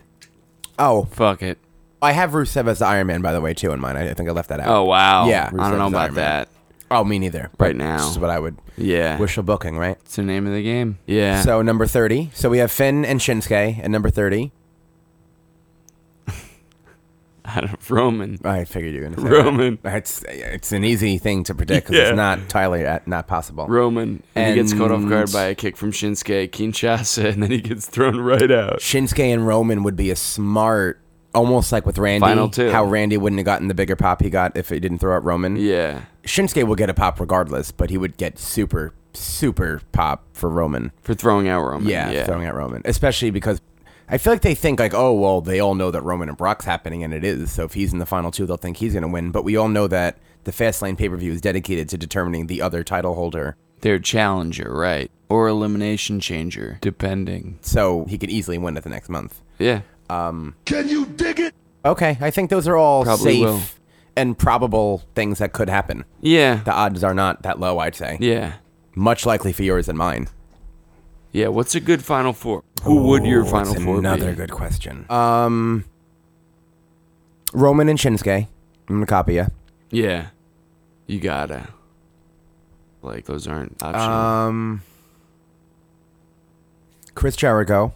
Oh,
Fuck it.
I have Rusev as the Iron Man, by the way, too, in mine. I I think I left that out.
Oh, wow.
Yeah.
I
Rusev's
don't know
Iron
about
Man.
that.
Oh, me neither. But
Right now.
This is what I would
Yeah.
wish for booking, right?
It's the name of the game. Yeah.
So, number 30. So, we have Finn and Shinsuke at number 30.
Out of Roman.
I figured you were going to say
Roman.
That. It's, it's an easy thing to predict 'cause
Yeah.
it's not entirely at, not possible.
Roman. And, he gets caught off guard
And-
by a kick from Shinsuke Kinshasa, and then he gets thrown right out.
Shinsuke and Roman would be a smart, almost like with Randy,
Final two.
how Randy wouldn't have gotten the bigger pop he got if he didn't throw out Roman.
Yeah.
Shinsuke will get a pop regardless, but he would get super, super pop for Roman.
For throwing out Roman.
Yeah, throwing out Roman, especially because I feel like they think like, oh well, they all know that Roman and Brock's happening, and it is. So if he's in the final two, they'll think he's going to win. But we all know that the Fastlane pay per view is dedicated to determining the other title holder,
Their challenger, right. Or elimination changer, depending.
so he could easily win it the next month.
Yeah.
Can you dig it?
Okay, I think those are all
Probably
safe
will.
and probable things that could happen.
Yeah.
The odds are not that low, I'd say.
Yeah.
Much likely for yours and mine.
Yeah, what's a good Final Four? Who would your
Ooh,
Final
that's
Four
Another
be?
good question. Um, Roman and Shinsuke. I'm gonna copy you.
Yeah, you gotta. Like those aren't
Uh,
optional.
Chris Jericho.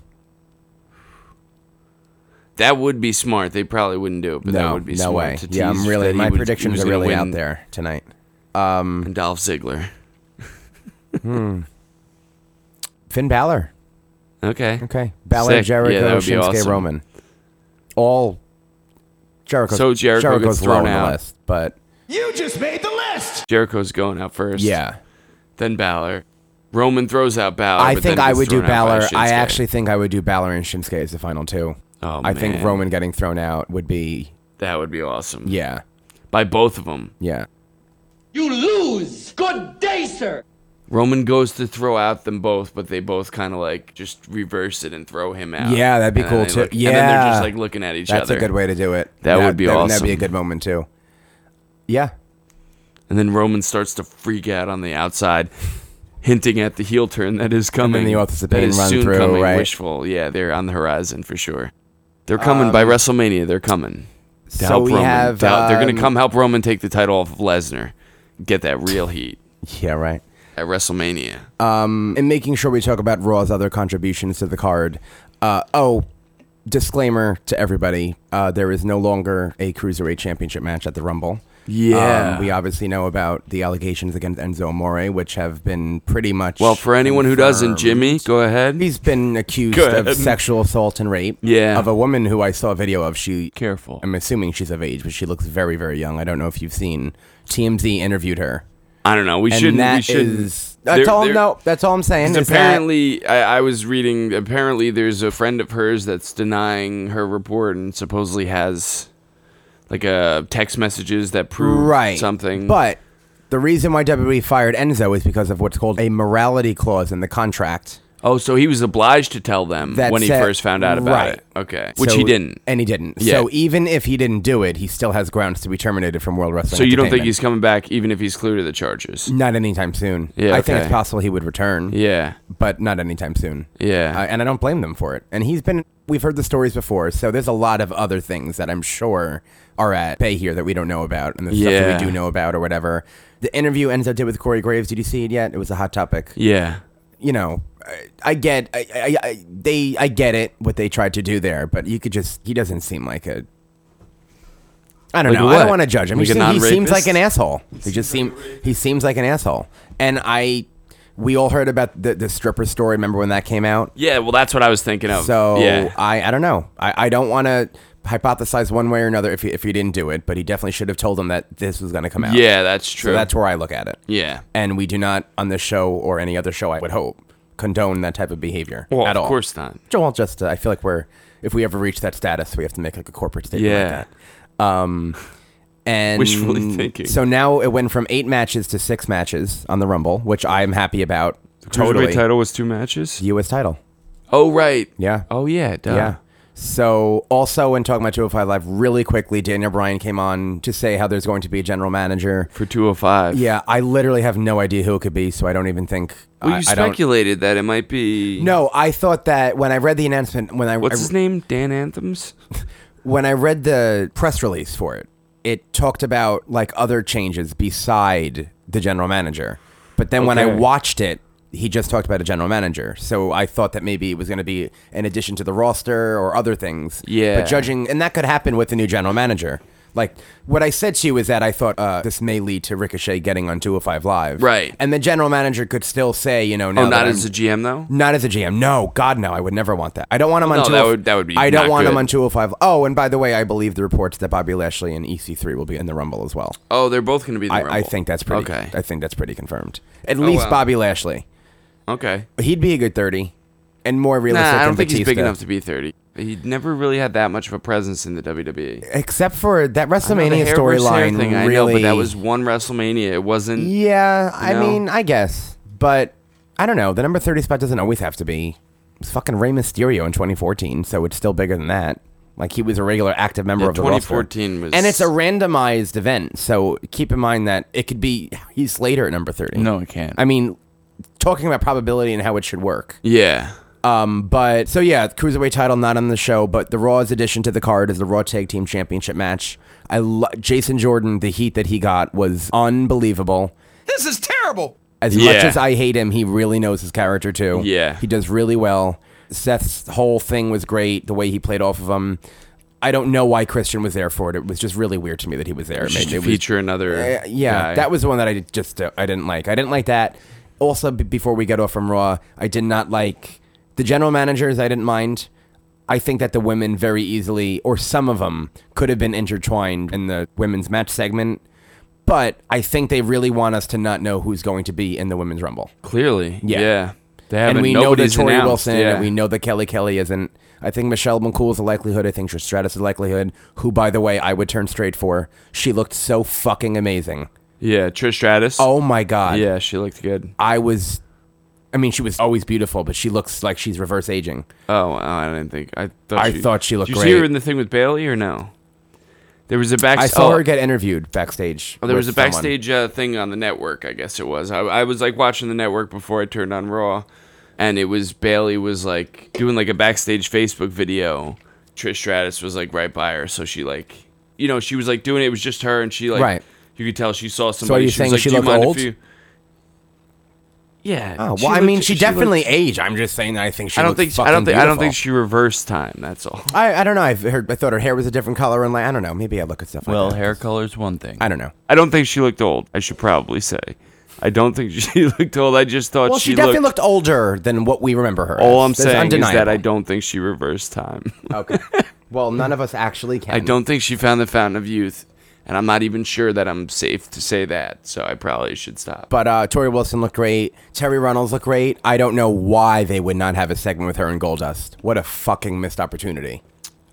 that would be smart. They probably wouldn't do it, but that would be
no
smart.
way.
To tease
yeah, I'm really.
that he
My
would- he
predictions
was
are
gonna
really
win
out there tonight.
And Dolph Ziggler.
Finn Balor.
Okay.
Okay, Balor,
Sick. Yeah,
Jericho,
that would be
Shinsuke,
awesome.
Roman. All Jericho.
So Jericho
Jericho's
gets thrown
low on
out.
the list, but
Jericho's going out first.
yeah,
Then Balor. Roman throws out Balor.
I
Uh, but
think
then
I
gets
would do
thrown out by
Balor. I
Shinsuke.
actually think I would do Balor and Shinsuke as the final two.
Oh,
I think
man.
Roman getting thrown out would be
That would be awesome.
yeah,
By both of them.
yeah.
You lose. Good day, sir.
Roman goes to throw out them both, but they both kind of like just reverse it and throw him out.
Yeah, that'd be
And then
cool
they
too.
look- and then they're just
Yeah.
like looking at each
That's
other.
a good way to do it.
That would be
That'd be a
awesome.
good moment too. Yeah,
And then Roman starts to freak out on the outside, hinting at the heel turn that is coming.
the Authors of
that
Pain
is
run
soon
through,
coming.
right?
Wishful, yeah, they're on the horizon for sure. They're coming
Um,
by WrestleMania. They're coming. To
So
help
we
Roman.
have,
To help- they're going
um,
to come help Roman take the title off of Lesnar. Get that real heat
yeah, right.
at WrestleMania.
Uh, and making sure we talk about Raw's other contributions to the card. Uh, oh, disclaimer to everybody: uh, there is no longer a cruiserweight championship match at the Rumble. Um,
Yeah.
we obviously know about the allegations against Enzo Amore, which have been pretty much
well, for anyone who doesn't,
confirmed.
Jimmy, go ahead.
He's been accused
Go ahead.
of sexual assault and rape.
Yeah.
Of a woman who I saw a video of. She
Careful.
I'm assuming she's of age, but she looks very, very young. I don't know if you've seen TMZ interviewed her.
I don't know. We
And
shouldn't. we
that
shouldn't.
is-
They're-
that's all
they're-
no, that's all I'm saying.
Because
is that-
apparently, I, I was reading. Apparently, there's a friend of hers that's denying her report and supposedly has like a text messages that prove
right
something.
But the reason why WWE fired Enzo is because of what's called a morality clause in the contract.
oh, so he was obliged to tell them
That
when he
said-
first found out about
right.
it. Okay, which
So-
he didn't.
and he didn't.
Yeah.
So even if he didn't do it, he still has grounds to be terminated from World Wrestling.
So you don't think
Entertainment.
he's coming back, even if he's clear to the charges?
not anytime soon?
Yeah,
I think it's
okay.
possible he would return,
Yeah,
but not anytime soon.
Yeah.
Uh, and I don't blame them for it. And he's been. We've heard the stories before, so there's a lot of other things that I'm sure are at play here that we don't know about, and the stuff
Yeah.
that we do know about or whatever. The interview Enzo did with Corey Graves. Did you see it yet? It was a hot topic.
yeah.
you know, I, I get, I, I, I, they, I get it what they tried to do there, but you could just, he doesn't seem like a. I don't
Like
know. I
what?
don't want to judge him.
Like
he,
a
seem- he seems
non-rapist?
like an asshole. He just seem he seems like an asshole. And I, we all heard about the, the stripper story. Remember when that came out?
Yeah, well, that's what I was thinking of.
So uh,
yeah,
I, I don't know. I, I don't want to hypothesize one way or another if he, if he didn't do it, but he definitely should have told him that this was going to come out.
yeah, that's true.
So that's where I look at it.
yeah.
And we do not on this show or any other show, I would hope, condone that type of behavior
Well,
at
of
all.
course not.
Joel, just uh, I feel like we're if we ever reach that status, we have to make like a corporate statement.
Yeah.
Like that. Um, and
Wishfully thinking.
So now it went from eight matches to six matches on the Rumble, which I'm happy about.
Cruiserweight
Totally,
title was two matches.
U.S. title.
Oh right.
Yeah.
Oh yeah. Duh.
yeah. So, also in talking about 205 Live, really quickly, Daniel Bryan came on to say how there's going to be a general manager.
for 205.
Yeah, I literally have no idea who it could be, so I don't even think.
Well,
I,
you
I don't-
speculated that it might be.
no, I thought that when I read the announcement, when I
What's
I-
his name? Dan Anthems?
when I read the press release for it, it talked about like other changes beside the general manager. But then when I
Okay.
watched it, he just talked about a general manager. So I thought that maybe it was going to be an addition to the roster or other things.
Yeah.
But judging, and that could happen with the new general manager. Like what I said to you is that I thought uh, this may lead to Ricochet getting on 205 Live.
Right.
And the general manager could still say, you know, now
Oh, not
that
as
I'm-
a GM, though?
not as a GM. No, God, no. I would never want that. I don't want him on.
No, that
205
would- that would be
I don't
not
want him
good.
on 205. Oh, and by the way, I believe the reports that Bobby Lashley and EC3 will be in the Rumble as well.
Oh, they're both going to be in the
I, I
Rumble.
think that's pretty.
Okay. Oh,
I think that's pretty confirmed. At least
wow.
Bobby Lashley.
okay.
He'd be a good thirty, and more
Nah,
realistic.
I
than
don't think he's big
Batista.
enough to be 30. He never really had that much of a presence in the WWE.
Except for that
I know the
WrestleMania
hair versus hair
storyline.
thing, I
Really,
know, but that was one WrestleMania. It wasn't.
Yeah, I
No.
mean, I guess, but I don't know. The number thirty spot doesn't always have to be. It was fucking Rey Mysterio in 2014, so it's still bigger than that. Like he was a regular active member
Yeah,
of the roster.
2014 was-
and it's a randomized event, so keep in mind that it could be he's later at number thirty.
No, it can't.
I mean, talking about probability and how it should work.
Yeah.
Um, but so yeah, the cruiserweight title not on the show, but the Raw's addition to the card is the Raw Tag Team Championship match. I lo- Jason Jordan, the heat that he got was unbelievable.
This is terrible.
As
Yeah.
much as I hate him, he really knows his character too.
Yeah.
he does really well. Seth's whole thing was great. The way he played off of him. I don't know why Christian was there for it. It was just really weird to me that he was there. It
Just
made- it
to
was-
feature another.
uh, yeah,
guy.
that was the one that I just uh, I didn't like. I didn't like that. Also, b- before we get off from Raw, I did not like the general managers. I didn't mind. I think that the women very easily, or some of them, could have been intertwined in the women's match segment. But I think they really want us to not know who's going to be in the women's rumble.
Clearly.
Yeah.
Yeah. They haven't.
And we know that
nobody's
Tori
announced,
Wilson,
yeah.
and we know that Kelly Kelly isn't. I think Michelle McCool is a likelihood. I think Trish Stratus is a likelihood. Who, by the way, I would turn straight for. She looked so fucking amazing.
Yeah, Trish Stratus.
Oh my god.
Yeah, she looked good.
I was I mean she was always beautiful, but she looks like she's reverse aging.
Oh, wow, I didn't think. I thought
I
she,
thought she looked
Did you see her
great.
in the thing with Bailey or no? There was a oh, backstage.
I saw her get interviewed backstage.
Oh, there was a
with someone.
backstage uh, thing on the network. I guess it was. I, I was like watching the network before I turned on Raw, and it was Bailey was like doing like a backstage Facebook video. Trish Stratus was like right by her, so she like, you know, she was like doing it. It was just her, and she like,
Right.
you could tell she saw somebody.
you
she
saying
was like,
she
"Do you
looked
mind if
old?"
you-" Yeah.
Oh, well,
she
I
looked-
mean, she,
looked-
definitely aged. I'm just saying that I think she.
I don't
looked
think. I
fucking
don't think. I don't think
beautiful.
she reversed time. That's all.
I, I don't know. I've heard. I thought her hair was a different color, and like I don't know. Maybe I look at stuff. Like
Well,
that.
hair color's one thing.
I don't know.
I don't think she looked old. I should probably say. I don't think she looked old. I just thought
Well, she,
she,
definitely
looked
looked, older than what we remember her.
All
as.
I'm
That's
saying is that I
undeniable.
don't think she reversed time.
Okay. Well, none of us actually can.
I don't think she found the fountain of youth, and I'm not even sure that I'm safe to say that. So I probably should stop.
But uh, Tori Wilson looked great. Terry Runnels looked great. I don't know why they would not have a segment with her in Goldust. What a fucking missed opportunity.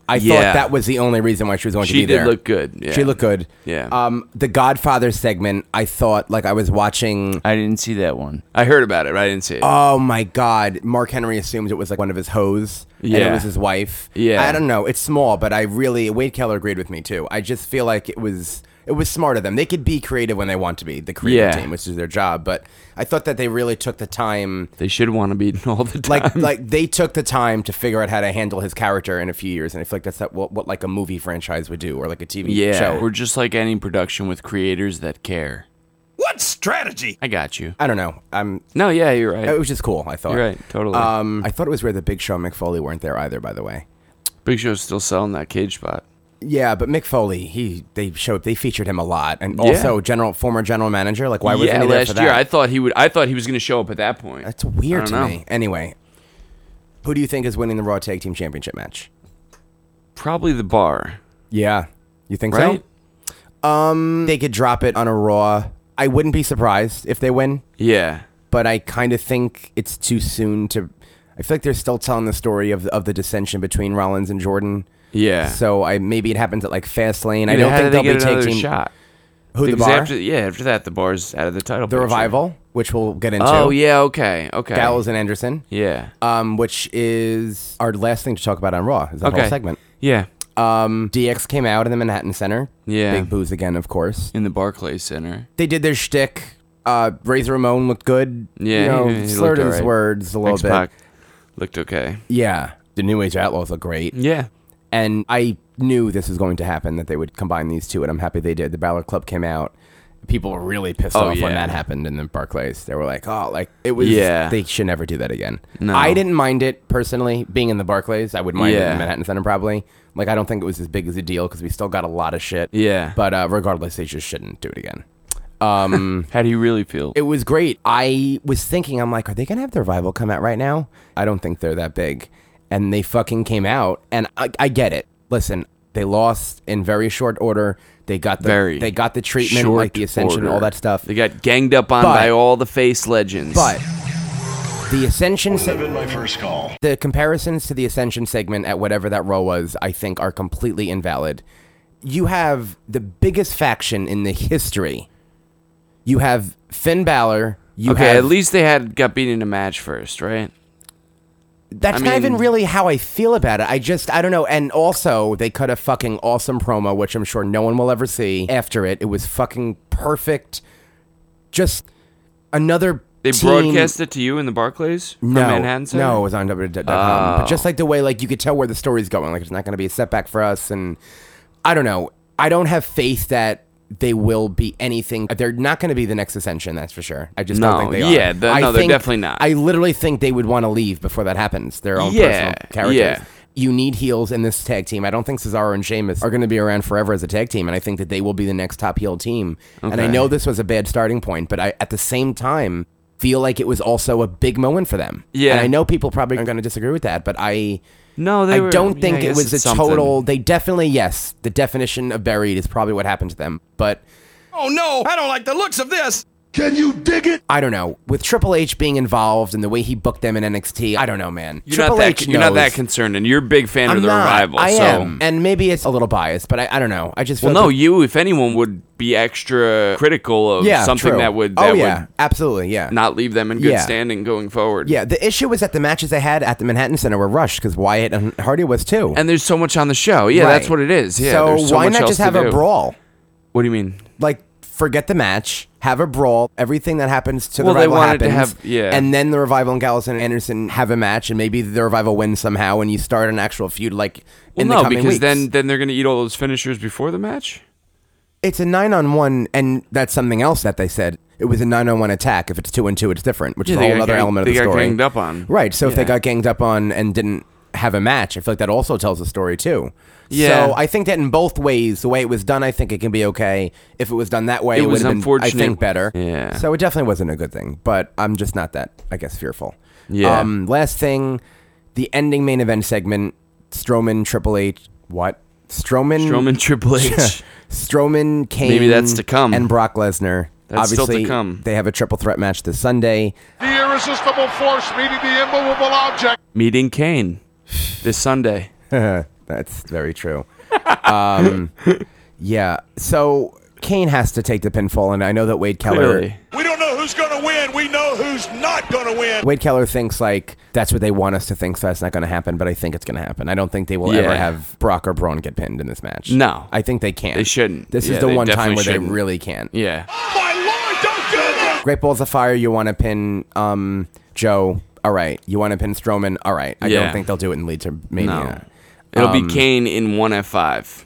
I
Yeah.
thought that was the only reason why she was going to
she
be
did
there.
look good. Yeah.
She looked good.
Yeah.
Um, the Godfather segment, I thought like I was watching.
I didn't see that one.
I heard about it. But I didn't see it.
Oh my God! Mark Henry assumed it was like one of his hoes, and it
Yeah.
was his wife.
Yeah.
I don't know. It's small, but I really Wade Keller agreed with me too. I just feel like it was it was smart of them. They could be creative when they want to be the creative
Yeah.
team, which is their job. But I thought that they really took the time
they should want to be eaten all the time.
like like they took the time to figure out how to handle his character in a few years, and I feel like that's not what, what like a movie franchise would do or like a TV
yeah,
show.
we're just like any production with creators that care.
What strategy?
I got you.
I don't know. I'm.
No, yeah, you're right.
It was just cool. I thought.
You're right, totally.
Um, I thought it was where the Big Show and McFoley weren't there either. By the way.
Big Show's still selling that cage spot.
Yeah, but Mick Foley, he they showed they featured him a lot, and also general former general manager. Like, why wasn't
yeah,
he there
last
for that?
year I thought he would. I thought he was going to show up at that point.
That's weird
I
to
don't know.
me. Anyway, who do you think is winning the Raw Tag Team Championship match?
Probably the bar,
Yeah, you think
right?
so? They could drop it on a Raw. I wouldn't be surprised if they win.
Yeah.
but I kind of think it's too soon to. I feel like they're still telling the story of of the dissension between Rollins and Jordan.
Yeah.
So I maybe it happens at like Fastlane. I
Yeah,
don't
how
think
do they
they'll
get
be
another
taking
shot.
who the
Because
bar,
After, yeah, after that, the bar's out of the title.
the
picture.
revival. which we'll get into.
Oh yeah, okay, okay.
Gallows and Anderson.
Yeah.
Um, which is our last thing to talk about on Raw. Is that
okay.
whole segment.
Yeah.
Um, DX came out in the Manhattan Center.
Yeah.
Big booze again, of course.
In the Barclays Center.
They did their shtick. Uh, Razor Ramon looked good.
Yeah.
You know,
he- he looked
slurred his
alright.
words a little
X-Pac
bit.
Looked okay.
Yeah. The New Age Outlaws look great.
Yeah.
And I knew this was going to happen, that they would combine these two, and I'm happy they did. The Balor Club came out. People were really pissed
Oh,
off when
yeah.
that happened in the Barclays. They were like, oh, like, it was,
Yeah.
they should never do that again.
No.
I didn't mind it personally, being in the Barclays. I would mind it in
Yeah.
the Manhattan Center probably. Like, I don't think it was as big as a deal because we still got a lot of shit.
Yeah.
But uh, regardless, they just shouldn't do it again.
How do you really feel?
It was great. I was thinking, I'm like, are they gonna have their rival come out right now? I don't think they're that big, and they fucking came out, and I, I get it. Listen, they lost in very short order. They got the
Very
they got the treatment, like the ascension,
order.
all that stuff.
They got ganged up on
But-
by all the face legends.
but the ascension, se-
Been my first call.
the comparisons to the ascension segment at whatever that row was, I think, are completely invalid. You have the biggest faction in the history. You have Finn Balor. You
okay,
have
at least they had got beaten in a match first, right?
That's
I
not even
mean-
really how I feel about it. I just I don't know. And also, they cut a fucking awesome promo, which I'm sure no one will ever see. After it, it was fucking perfect. Just another.
They
team-
broadcast it to you in the Barclays from
no,
Manhattan Oh. Center?
no, it was on WWE.com. But just like the way, like you could tell where the story's going. Like it's not going to be a setback for us. And I don't know. I don't have faith that they will be anything. They're not going to be the next ascension. That's for sure. I just
No,
don't think they are.
yeah, the-
I
no, they're
think-
definitely not.
I literally think they would want to leave before that happens. Their own
Yeah,
personal characters.
yeah.
You need heels in this tag team. I don't think Cesaro and Sheamus are going to be around forever as a tag team, and I think that they will be the next top heel team. And I
Okay.
know this was a bad starting point, but I, at the same time, feel like it was also a big moment for them.
Yeah.
and I know people probably are going to disagree with that, but I,
No, they
I
were-
don't
yeah,
think
I
it
guess
was a
it's something.
total. They definitely yes, the definition of buried is probably what happened to them, but.
Oh no, I don't like the looks of this.
Can you dig it?
I don't know. With Triple H being involved and the way he booked them in NXT, I don't know, man.
You're,
Triple
not that,
H
you're not that
knows.
concerned, and you're a big fan
I'm
of the
not.
revival.
I
so.
am, and maybe it's a little biased, but I, I don't know. I just feel
Well, no,
like-
you, if anyone, would be extra critical of
yeah,
something
true.
that would
oh
that
yeah,
would
absolutely, yeah.
not leave them in good
Yeah.
standing going forward.
yeah, the issue was that the matches they had at the Manhattan Center were rushed because Wyatt and Hardy was too.
And there's so much on the show. Yeah, that's
Right.
what it is. Yeah.
so,
there's so
why
much
not
else
just
to
have a
do.
brawl?
What do you mean?
Like, forget the match, have a brawl. Everything that happens to
Well,
the
they
revival
wanted to
happens,
have- yeah.
And then the revival and Gallows and Anderson have a match, and maybe the revival wins somehow, and you start an actual feud like in
well,
the
no,
coming
because
weeks.
then then they're gonna eat all those finishers before the match.
It's a nine on one, and that's something else that they said. It was a nine on one attack. If it's two and two, it's different, which
Yeah,
is a
they
whole
got
other
gang-
element of
they
the
got
story.
ganged up on.
right? So if they
Yeah.
got ganged up on and didn't have a match, I feel like that also tells a story too.
Yeah.
So I think that in both ways, the way it was done, I think it can be okay. If it was done that way,
It
it,
was
would have been, I
unfortunate.
think, better.
Yeah.
So it definitely wasn't a good thing, but I'm just not that, I guess, fearful.
Yeah.
Um, last thing, the ending main event segment: Strowman, Triple H, what? Strowman,
Strowman Triple H.
Strowman, Kane,
Maybe that's to come.
and Brock Lesnar.
That's still to
Obviously,
come.
They have a triple threat match this Sunday.
The irresistible force meeting the immovable object.
Meeting Kane this Sunday.
That's very true. um, yeah, so Kane has to take the pinfall, and I know that Wade Keller.
Clearly.
We don't know who's going to win. We know who's not going to win.
Wade Keller thinks like that's what they want us to think, so that's not going to happen. But I think it's going to happen. I don't think they will
Yeah.
ever have Brock or Braun get pinned in this match.
No.
I think they can't.
They shouldn't.
This
Yeah,
is the
they
one time
definitely
where
shouldn't.
they really can't.
Yeah.
My lord, don't do that!
Great Balls of Fire, you want to pin um, Joe. All right. You want to pin Strowman. All right. I
Yeah.
don't think they'll do it in Lead to Mania.
It'll be Kane in one F five.
Um,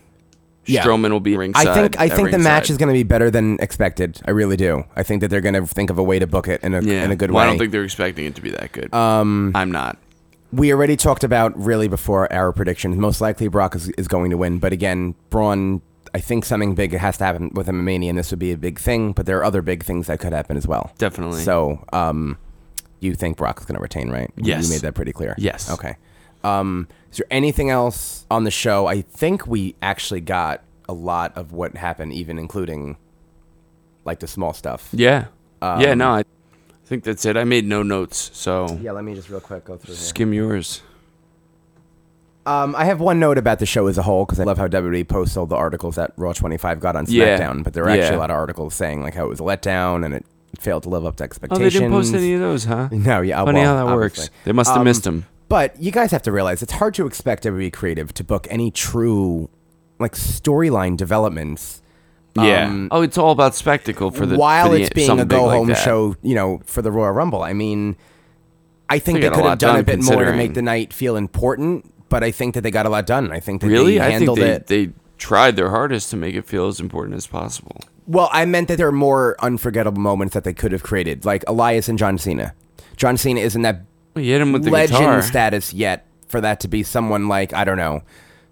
Yeah.
Strowman will be ringside.
I think I
at
think the match
ringside.
is going to be better than expected. I really do. I think that they're going to think of a way to book it in a,
yeah.
in a good
well,
way.
I don't think they're expecting it to be that good. Um, I'm not.
we already talked about really before our predictions. Most likely Brock is, is going to win, but again, Braun. I think something big has to happen with him in Mania, and this would be a big thing. But there are other big things that could happen as well.
Definitely.
So, um, you think Brock's going to retain, right? You-
Yes.
You made that pretty clear.
Yes.
Okay. Um, is there anything else on the show? I think we actually got a lot of what happened, even including like the small stuff.
Yeah. yeah. No, I think that's it. I made no notes, so
um, Yeah, let me just real quick go through here.
skim yours.
Um, I have one note about the show as a whole because I love how WWE posts all the articles that Raw 25 got on
Yeah.
SmackDown, but there are actually
Yeah.
a lot of articles saying like how it was a letdown and it failed to live up to
Oh,
expectations.
they didn't post any of those, huh?
No, yeah,
Funny
well,
how that
obviously.
works. They must have
Um,
missed them.
But you guys have to realize it's hard to expect WWE creative to book any true like storyline developments
Yeah.
um,
oh, it's all about spectacle for the
while
for the-
it's being a
something
go
like
home
that.
show, you know, for the Royal Rumble. I mean, I think
They
they,
got a
could
lot
have done,
done
a bit more to
considering-
make the night feel important, but I think that they got a lot done. I think that
Really,
they
I think
handled
they,
it.
they tried their hardest to make it feel as important as possible.
Well, I meant that there are more unforgettable moments that they could have created, like Elias and John Cena. John Cena isn't that
Well, you hit him with the
legend
guitar.
status yet for that to be someone like I don't know,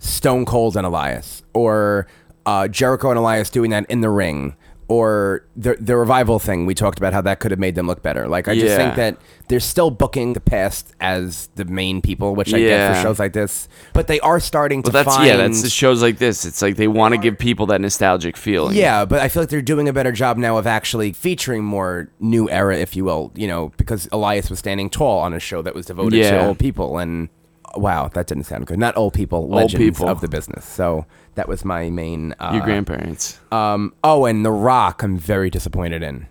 Stone Cold and Elias, or uh, Jericho and Elias doing that in the ring, or the the revival thing we talked about how that could have made them look better. Like I just
Yeah.
think that they're still booking the past as the main people, which I get
Yeah.
for shows like this, but they are starting
well,
to
that's
find
yeah. That's the shows like this. It's like they want to give people that nostalgic feeling.
Yeah, but I feel like they're doing a better job now of actually featuring more new era, if you will, you know, because Elias was standing tall on a show that was devoted
Yeah.
to old people. And uh, wow, that didn't sound good. Not old people, legends
people.
of the business. So that was my main. Uh,
your grandparents.
Um, oh, and The Rock, I'm very disappointed in.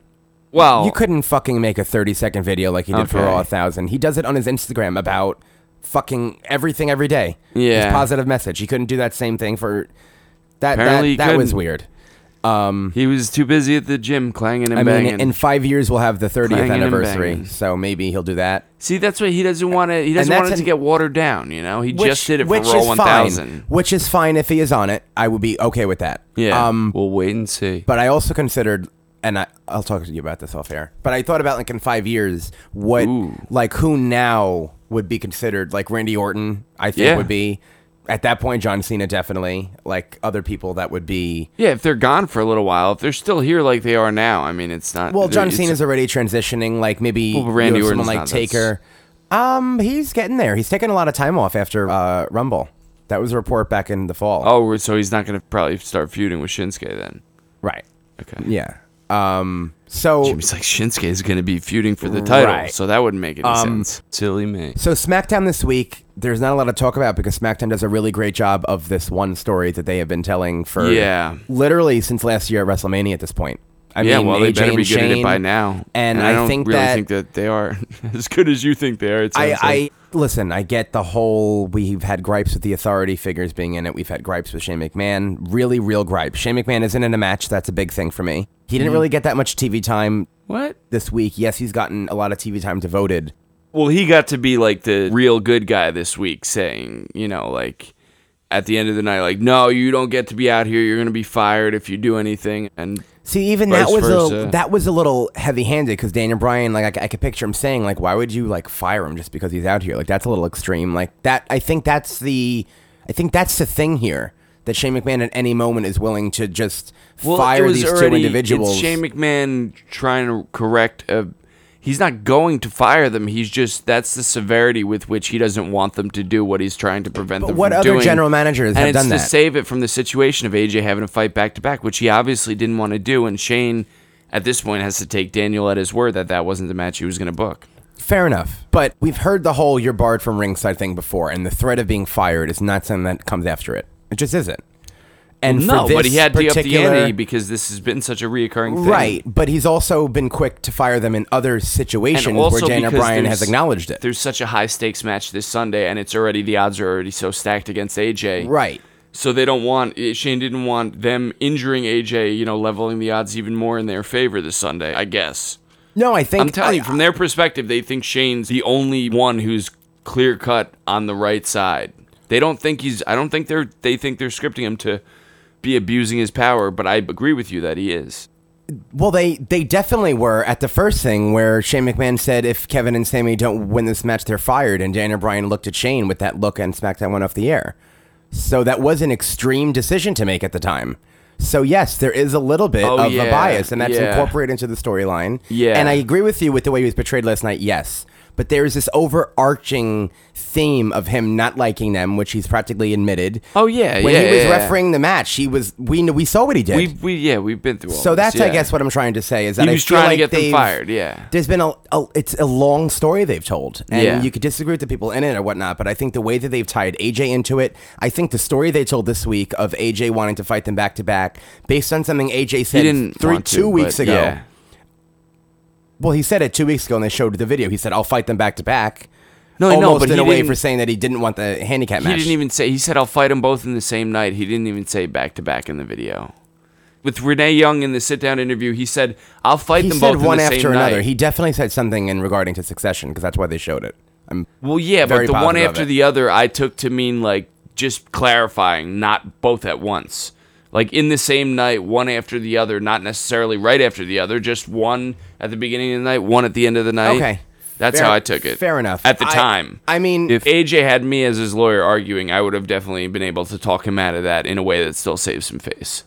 well,
You couldn't fucking make a 30 second video like he did for
Oh. Okay.
Raw 1000. He does it on his Instagram about fucking everything every day.
Yeah.
His positive message. He couldn't do that same thing for. That,
Apparently he
that, that was
couldn't.
weird.
He was too busy at the gym clanging and
I mean,
banging.
in five years we'll have the 30th
Clanging and
anniversary,
banging.
so maybe he'll do that.
See, that's what he doesn't want to. He doesn't
that's
want it to
an-
get watered down. You know, he just did it for
which
Raw
is
One
fine.
Thousand.
Which is fine if he is on it. I would be okay with that.
Yeah,
Um,
we'll wait and see.
but I also considered, and I, I'll talk to you about this off air. But I thought about like in five years, what
Ooh.
like who now would be considered like Randy Orton? I think
Yeah.
would be at that point John Cena definitely like other people that would be.
yeah, if they're gone for a little while, if they're still here like they are now, I mean, it's not.
Well, John
it's-
Cena's already transitioning. Like maybe
Well, but Randy
you have someone
Orton's not, that's-
like Taker. Um, he's getting there. He's taking a lot of time off after uh, Rumble. That was a report back in the fall.
Oh, so he's not going to probably start feuding with Shinsuke then.
right.
Okay.
Yeah. Um. So
Jimmy's like Shinsuke is going to be feuding for the title,
Right.
so that wouldn't make any
Um,
sense. Silly me.
so SmackDown this week. There's not a lot to talk about because SmackDown does a really great job of this one story that they have been telling for
Yeah.
literally since last year at WrestleMania. At this point. I
yeah,
mean,
well, they
AJ
better
and
be good at it
Shane,
by now.
And, I,
don't
think
really
that
think that they are as good as you think they are. It sounds
I,
like.
I listen. I get the whole we've had gripes with the authority figures being in it. We've had gripes with Shane McMahon. Really, real gripes. Shane McMahon isn't in a match. That's a big thing for me. He
Mm-hmm.
didn't really get that much TV time
what?
this week. Yes, he's gotten a lot of TV time devoted.
Well, he got to be like the real good guy this week, saying, you know, like at the end of the night, like, no, you don't get to be out here. You're going to be fired if you do anything. And
See, even
Vice
that was
versa.
a that was a little heavy handed because Daniel Bryan, like I c- I, could picture him saying, like, why would you like fire him just because he's out here? Like that's a little extreme. Like that, I think that's the, I think that's the thing here that Shane McMahon at any moment is willing to just
well, it
fire
was
these
already,
two individuals.
It's Shane McMahon trying to correct a. He's not going to fire them. He's just that's the severity with which he doesn't want them to do what he's trying to prevent
But
them
what
from
other
doing.
general managers
and
have
it's
done
to
that?
save it from the situation of AJ having to fight back to back, which he obviously didn't want to do. And Shane, at this point, has to take Daniel at his word that that wasn't the match he was going to book.
Fair enough. But we've heard the whole you're barred from ringside thing before, and the threat of being fired is not something that comes after it. It just isn't. And
No,
for this
but he had to up the
particular,
ante because this has been such a reoccurring thing.
Right, but he's also been quick to fire them in other
And
situations where
also
Dana
because
Bryan has
there's-
acknowledged it.
There's such a high stakes match this Sunday, and it's already the odds are already so stacked against AJ.
Right.
So they don't want Shane didn't want them injuring AJ, you know, leveling the odds even more in their favor this Sunday. I guess.
No, I think
I'm telling you,
I-
from their perspective, they think Shane's the only one who's clear cut on the right side. They don't think he's. I don't think they're. They think they're scripting him to be abusing his power. But I agree with you that he is.
Well, they they definitely were at the first thing where Shane McMahon said if Kevin and Sammy don't win this match, they're fired, and Daniel Bryan looked at Shane with that look, and SmackDown went off the air. So that was an extreme decision to make at the time. So yes, there is a little bit
Oh,
of
yeah,
a bias, and that's
yeah.
incorporated into the storyline.
Yeah.
and I agree with you with the way he was portrayed last night. Yes. But there is this overarching theme of him not liking them, which he's practically admitted.
Oh, yeah,
when
yeah,
he was
yeah, yeah.
refereeing the match, he was we kn- we saw what he did.
We we yeah we've been through. All
So
this,
that's, I
yeah.
guess, what I'm trying to say is that
He
I
was
feel
trying to get
like
them
they've-
fired, yeah.
there's been a, a it's a long story they've told, and
Yeah.
you could disagree with the people in it or whatnot, but I think the way that they've tied AJ into it, I think the story they told this week of AJ wanting to fight them back to back, based on something AJ
he
said
didn't
three
want to,
two weeks
but
ago,
yeah.
Well, he said it two weeks ago, and they showed the video. He said, "I'll fight them back to
Oh,
back."
No, I know,
Almost
but
in
he
a way
didn't-
for saying that he didn't want the handicap
He
match.
didn't even say. He said, "I'll fight them both in the same night." He didn't even say back to back in the video. With Renee Young in the sit down interview, he said, "I'll fight
He
them
said
both
one
in the
after
same
another.
night."
He definitely said something in regarding to Succession because that's why they showed it. I'm
well, yeah, but
very
the one
positive of
after
it.
the other, I took to mean like just clarifying, not both at once. Like in the same night, one after the other, not necessarily right after the other, just one at the beginning of the night, one at the end of the night.
Okay.
That's
Fair-
how I took it.
fair enough.
At the
I-
time.
I mean-
if AJ had me as his lawyer arguing, I would have definitely been able to talk him out of that in a way that still saves some face.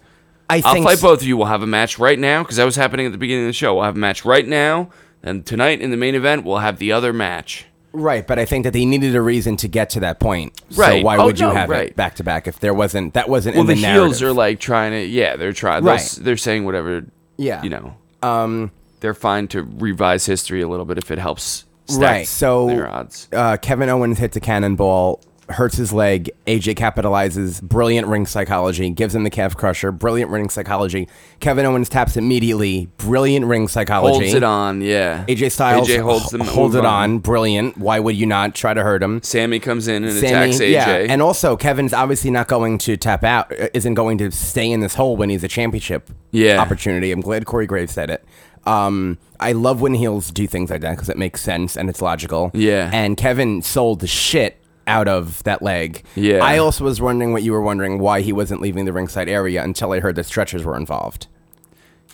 I
I'll
think
fight
s-
both of you. We'll have a match right now because that was happening at the beginning of the show. We'll have a match right now, and tonight in the main event, we'll have the other match.
Right, but I think that they needed a reason to get to that point.
Right.
So why
Oh,
would you
no,
have
right.
it back to back if there wasn't that wasn't
Well,
in
the,
the,
heels
narrative?
are like trying to, yeah, they're trying.
Right.
They're, they're saying whatever.
Yeah.
you know,
um
they're fine to revise history a little bit if it helps. stack
right. So
their odds.
Uh, Kevin Owens hits a cannonball, hurts his leg. AJ capitalizes. Brilliant ring psychology. Gives him the calf crusher. Brilliant ring psychology. Kevin Owens taps immediately. Brilliant ring psychology.
Holds it on, yeah.
AJ Styles
AJ holds them.
holds it
move
on. Brilliant. Why would you not try to hurt him?
Sammy comes in and attacks AJ.
yeah, and also Kevin's obviously not going to tap out. uh, Isn't going to stay in this hole when he's a championship
Yeah.
opportunity. I'm glad Corey Graves said it. Um, I love when heels do things like that because it makes sense and it's logical.
Yeah.
and Kevin sold the shit out of that leg.
Yeah.
I also was wondering what you were wondering why he wasn't leaving the ringside area until I heard that stretchers were involved.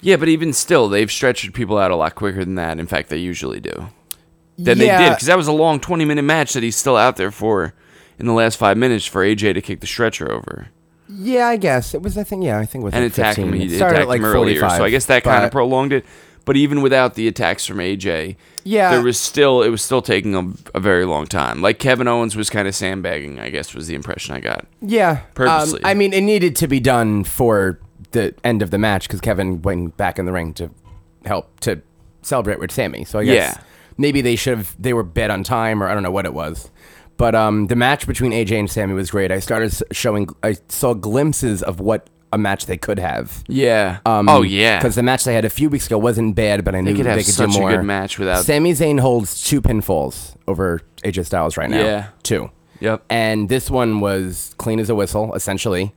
yeah, but even still, they've stretched people out a lot quicker than that. In fact, they usually do. than they did
Yeah.
because that was a long 20 minute match that he's still out there for in the last five minutes for AJ to kick the stretcher over
Yeah, I guess it was. I think yeah, I think it was
and
like
attack him.
15.
He
It started
attacked
at like
him earlier,
45,
so I guess that kind of
but-
prolonged it. But even without the attacks from AJ,
Yeah.
there was still it was still taking a, a very long time. Like Kevin Owens was kind of sandbagging, I guess was the impression I got.
Yeah, um,
Purposely.
I mean, it needed to be done for the end of the match because Kevin went back in the ring to help to celebrate with Sammy. So I guess
Yeah.
maybe they should have. They were bid on time, or I don't know what it was. But um, the match between AJ and Sammy was great. I started s- showing. I saw glimpses of what a match they could have.
Yeah. Um, oh yeah.
Because the match they had a few weeks ago wasn't bad, but I knew they
could
could,
have such
do
a
more.
good match without-
Sami Zayn holds two pinfalls over AJ Styles right now.
Yeah.
two.
Yep.
And this one was clean as a whistle, essentially.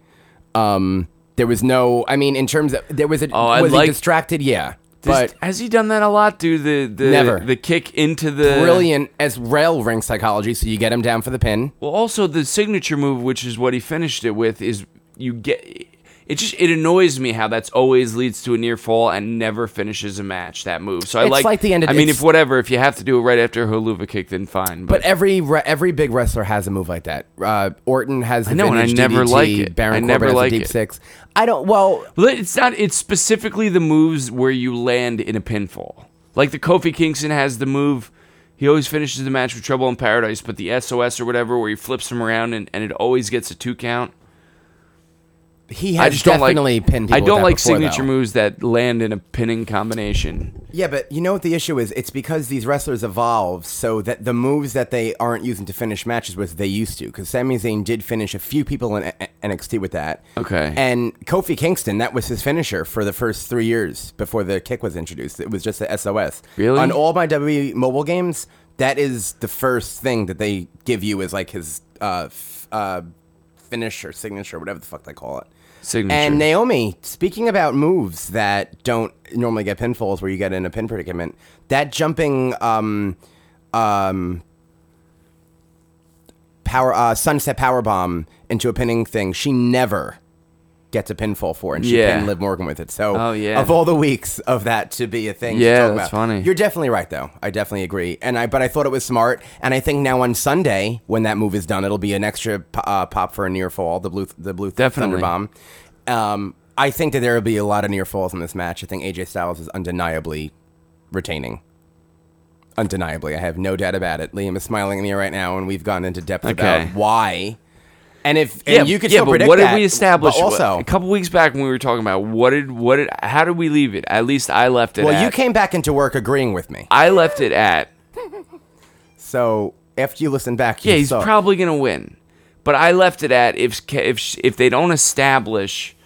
Um, there was no. I mean, in terms of there was a
Oh, I
was
like-
he distracted? Yeah,
Does-
but
has he done that a lot? Do the the
Never.
the kick into the
brilliant as rail ring psychology. So you get him down for the pin.
Well, also the signature move, which is what he finished it with, is you get. It just it annoys me how that's always leads to a near fall and never finishes a match. That move, so I
It's
like.
like the end of-
I mean,
it's-
if whatever, if you have to do it right after a huluva kick, then fine. But,
But every re- every big wrestler has a move like that. Uh, Orton has. The
know, and I
vintage
never
DDT,
like it.
Baron
I
Corbin
never
has a
like
deep
it.
six. I don't. Well,
Li- it's not. It's specifically the moves where you land in a pinfall, like the Kofi Kingston has the move. He always finishes the match with Trouble in Paradise, but the SOS or whatever, where he flips him around and, and it always gets a two count.
he
I
has
just don't like.
definitely pinned people
I
with
don't
that
like
before,
signature
though.
moves that land in a pinning combination.
Yeah, but you know what the issue is? It's because these wrestlers evolve so that the moves that they aren't using to finish matches with, they used to. Because Sami Zayn did finish a few people in A- A- NXT with that.
Okay.
And Kofi Kingston, that was his finisher for the first three years before the kick was introduced. It was just the SOS.
Really?
On all my WWE mobile games, that is the first thing that they give you as like his uh, f- uh, finish or signature, whatever the fuck they call it.
Signature.
And Naomi, speaking about moves that don't normally get pinfalls where you get in a pin predicament, that jumping um um power uh sunset power bomb into a pinning thing, she never gets a pinfall for and she
Yeah.
pinned Liv Morgan with it. So
Oh, yeah.
of all the weeks of that to be a thing to
Yeah,
talk
that's
about.
funny.
You're definitely right though. I definitely agree. And I but I thought it was smart and I think now on Sunday when that move is done it'll be an extra po- uh, pop for a near fall, the blue the blue
Definitely.
Thunder bomb. Um, I think that there will be a lot of near falls in this match. I think AJ Styles is undeniably retaining. Undeniably, I have no doubt about it. Liam is smiling at me right now, and we've gone into depth
Okay.
about why. And if and you could still
but
predict
what
that,
did we establish?
but also,
a couple weeks back when we were talking about what did what did how did we leave it? At least I left it.
well,
at,
you came back into work agreeing with me.
I left it at.
So after you listen back, you
Yeah, he's
saw-
probably gonna win, but I left it at if Ke- if sh- if they don't establish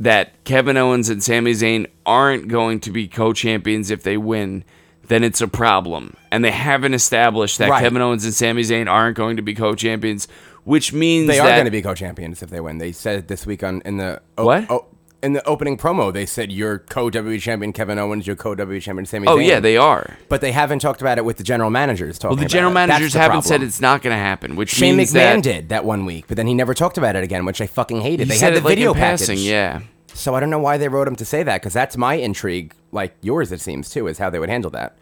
that Kevin Owens and Sami Zayn aren't going to be co-champions if they win, then it's a problem. And they haven't established that
Right.
Kevin Owens and Sami Zayn aren't going to be co-champions, which means
They are
that
going to be co-champions if they win. They said it this week on in the o-
What?
o- in the opening promo. They said you're co-WWE champion Kevin Owens, you're co-WWE champion Sami
Oh
Zayn.
yeah, they are.
But they haven't talked about it with the general managers. Talking
Well, the
about
general
it. That's
managers
the
haven't
problem.
said it's not going to happen, which
Shane
means
McMahon
that
did that one week, but then he never talked about it again, which I fucking hated.
He
they
said
had the
it, like,
video
in
package.
passing. Yeah,
So I don't know why they wrote him to say that because that's my intrigue, like yours it seems too, is how they would handle that.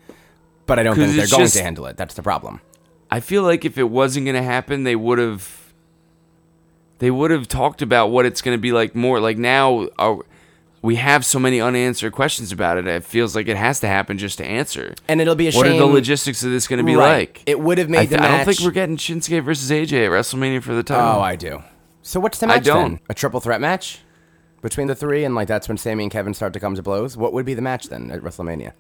But I don't
'Cause
think they're
it's
going
just-
to handle it. That's the problem.
I feel like if it wasn't going to happen, they would have they would have talked about what it's going to be like more. Like now are, we have so many unanswered questions about it. It feels like it has to happen just to answer.
And it'll be a
What are
shame-
the logistics of this going to be
Right.
like?
It would have made
I,
the
I don't think
match-
we're getting Shinsuke versus AJ at WrestleMania for the title.
Oh, I do. So what's the
I
match?
don't.
Then? A triple threat match between the three, and like that's when Sammy and Kevin start to come to blows. What would be the match then at WrestleMania?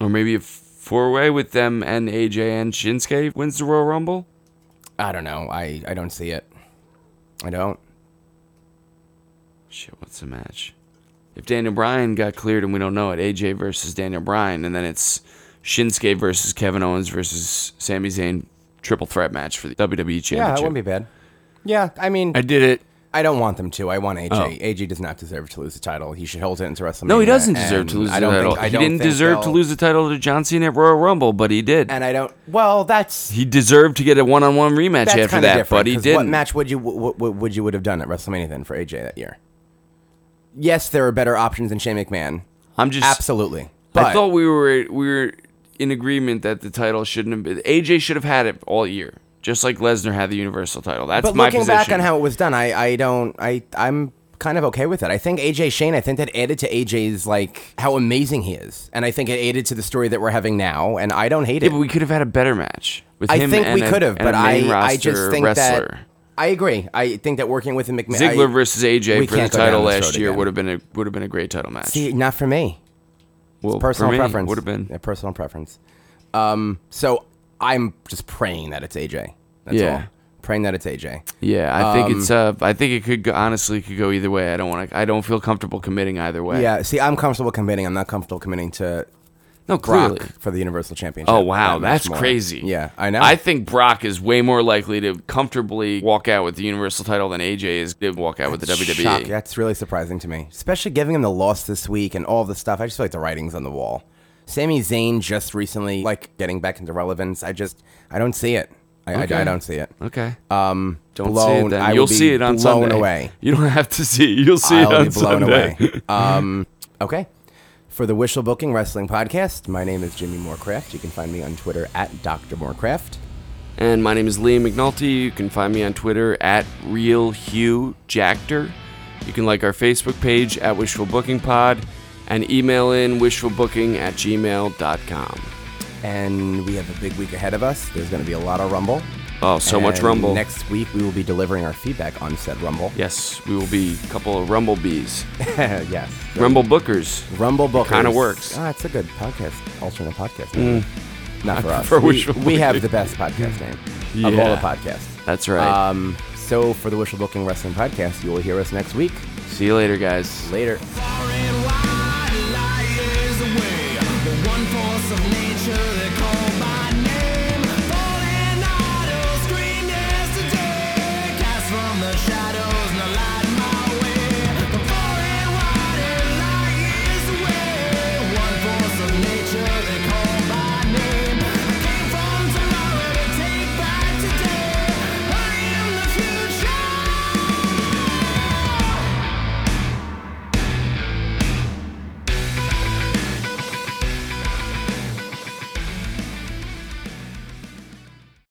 or maybe a four way with them and AJ and Shinsuke wins the Royal Rumble.
I don't know. I I don't see it. I don't.
Shit, what's the match? If Daniel Bryan got cleared and we don't know it, AJ versus Daniel Bryan, and then it's Shinsuke versus Kevin Owens versus Sami Zayn triple threat match for the WWE Championship.
Yeah, that wouldn't be bad. Yeah, I mean,
I did it.
I don't want them to. I want AJ.
Oh.
AJ does not deserve to lose the title. He should hold it into WrestleMania.
No, he doesn't deserve
and
to lose the
I don't
title.
Think, I
he
don't
didn't
think
deserve to
they'll-
lose the title to John Cena at Royal Rumble, but he did.
And I don't. Well, that's
he deserved to get a one on one rematch
that's
after
kind of
that,
different.
but he
'cause
didn't.
What match would you what, what, would you would have done at WrestleMania then for AJ that year? Yes, there are better options than Shane McMahon.
I'm just
Absolutely. But
I thought we were we were in agreement that the title shouldn't have been AJ should have had it all year. Just like Lesnar had the Universal title. That's
but
my
looking
position.
back on how it was done, I, I don't I I'm kind of okay with it. I think AJ Shane, I think that added to AJ's like how amazing he is, and I think it added to the story that we're having now. And I don't hate
Yeah,
it.
but we could have had a better match with
I
him.
think
and
we
a-
could have,
and a
but I
main
I
roster
just think
wrestler.
that I agree. I think that working with McMahon
Ziggler
I-
versus
we
AJ for the
can't go down
title
this
last
road
year
again.
would have been a would have been a great title match.
See, not for me.
well,
personal
for me,
preference
would have been.
yeah, personal preference. Um, so I'm just praying that it's AJ. That's
Yeah.
all. Praying that it's AJ.
Yeah, I think it's
Um,
uh, I think it could go, honestly could go either way. I don't want to. I don't feel comfortable committing either way.
Yeah. See, I'm comfortable committing. I'm not comfortable committing to
no,
Brock
clearly.
for the Universal Championship.
Oh wow,
that much
that's
more.
crazy.
Yeah, I know.
I think Brock is way more likely to comfortably walk out with the Universal title than AJ is to walk out with the E. WWE.
Shock. That's really surprising to me, especially giving him the loss this week and all the stuff. I just feel like the writing's on the wall. Sami Zayn just recently like getting back into relevance. I just I don't see it. I, I- I,
Okay.
don't see it.
Okay.
Um,
Don't
blown,
see it then.
I would
You'll
be
see it on
blown
Sunday.
away.
You don't have to see. it. You'll see it
I'll
on
be blown
Sunday.
away. Um, okay. For the Whistle Booking Wrestling Podcast, my name is Jimmy Moorcraft. You can find me on Twitter at Dr. Moorcraft.
And my name is Liam McNulty. You can find me on Twitter at RealHughJactor. You can like our Facebook page at Wishful Booking Pod and email in wishfulbooking at gmail.com.
And we have a big week ahead of us. There's going to be a lot of Rumble.
Oh, so much
And
Rumble.
Next week, we will be delivering our feedback on said Rumble.
yes, we will be a couple of Rumble Bees.
yes.
Rumble Bookers.
Rumble Bookers.
kinda works. Mm.
Ah, it's a good podcast, alternate podcast name. Not for us.
prefer
We,
Wishful
we have
Booking.
the best podcast name of all the
Yeah.
podcasts.
That's right.
Um, so for the Wishful Booking Wrestling Podcast, you will hear us next week.
see you later, guys.
Later.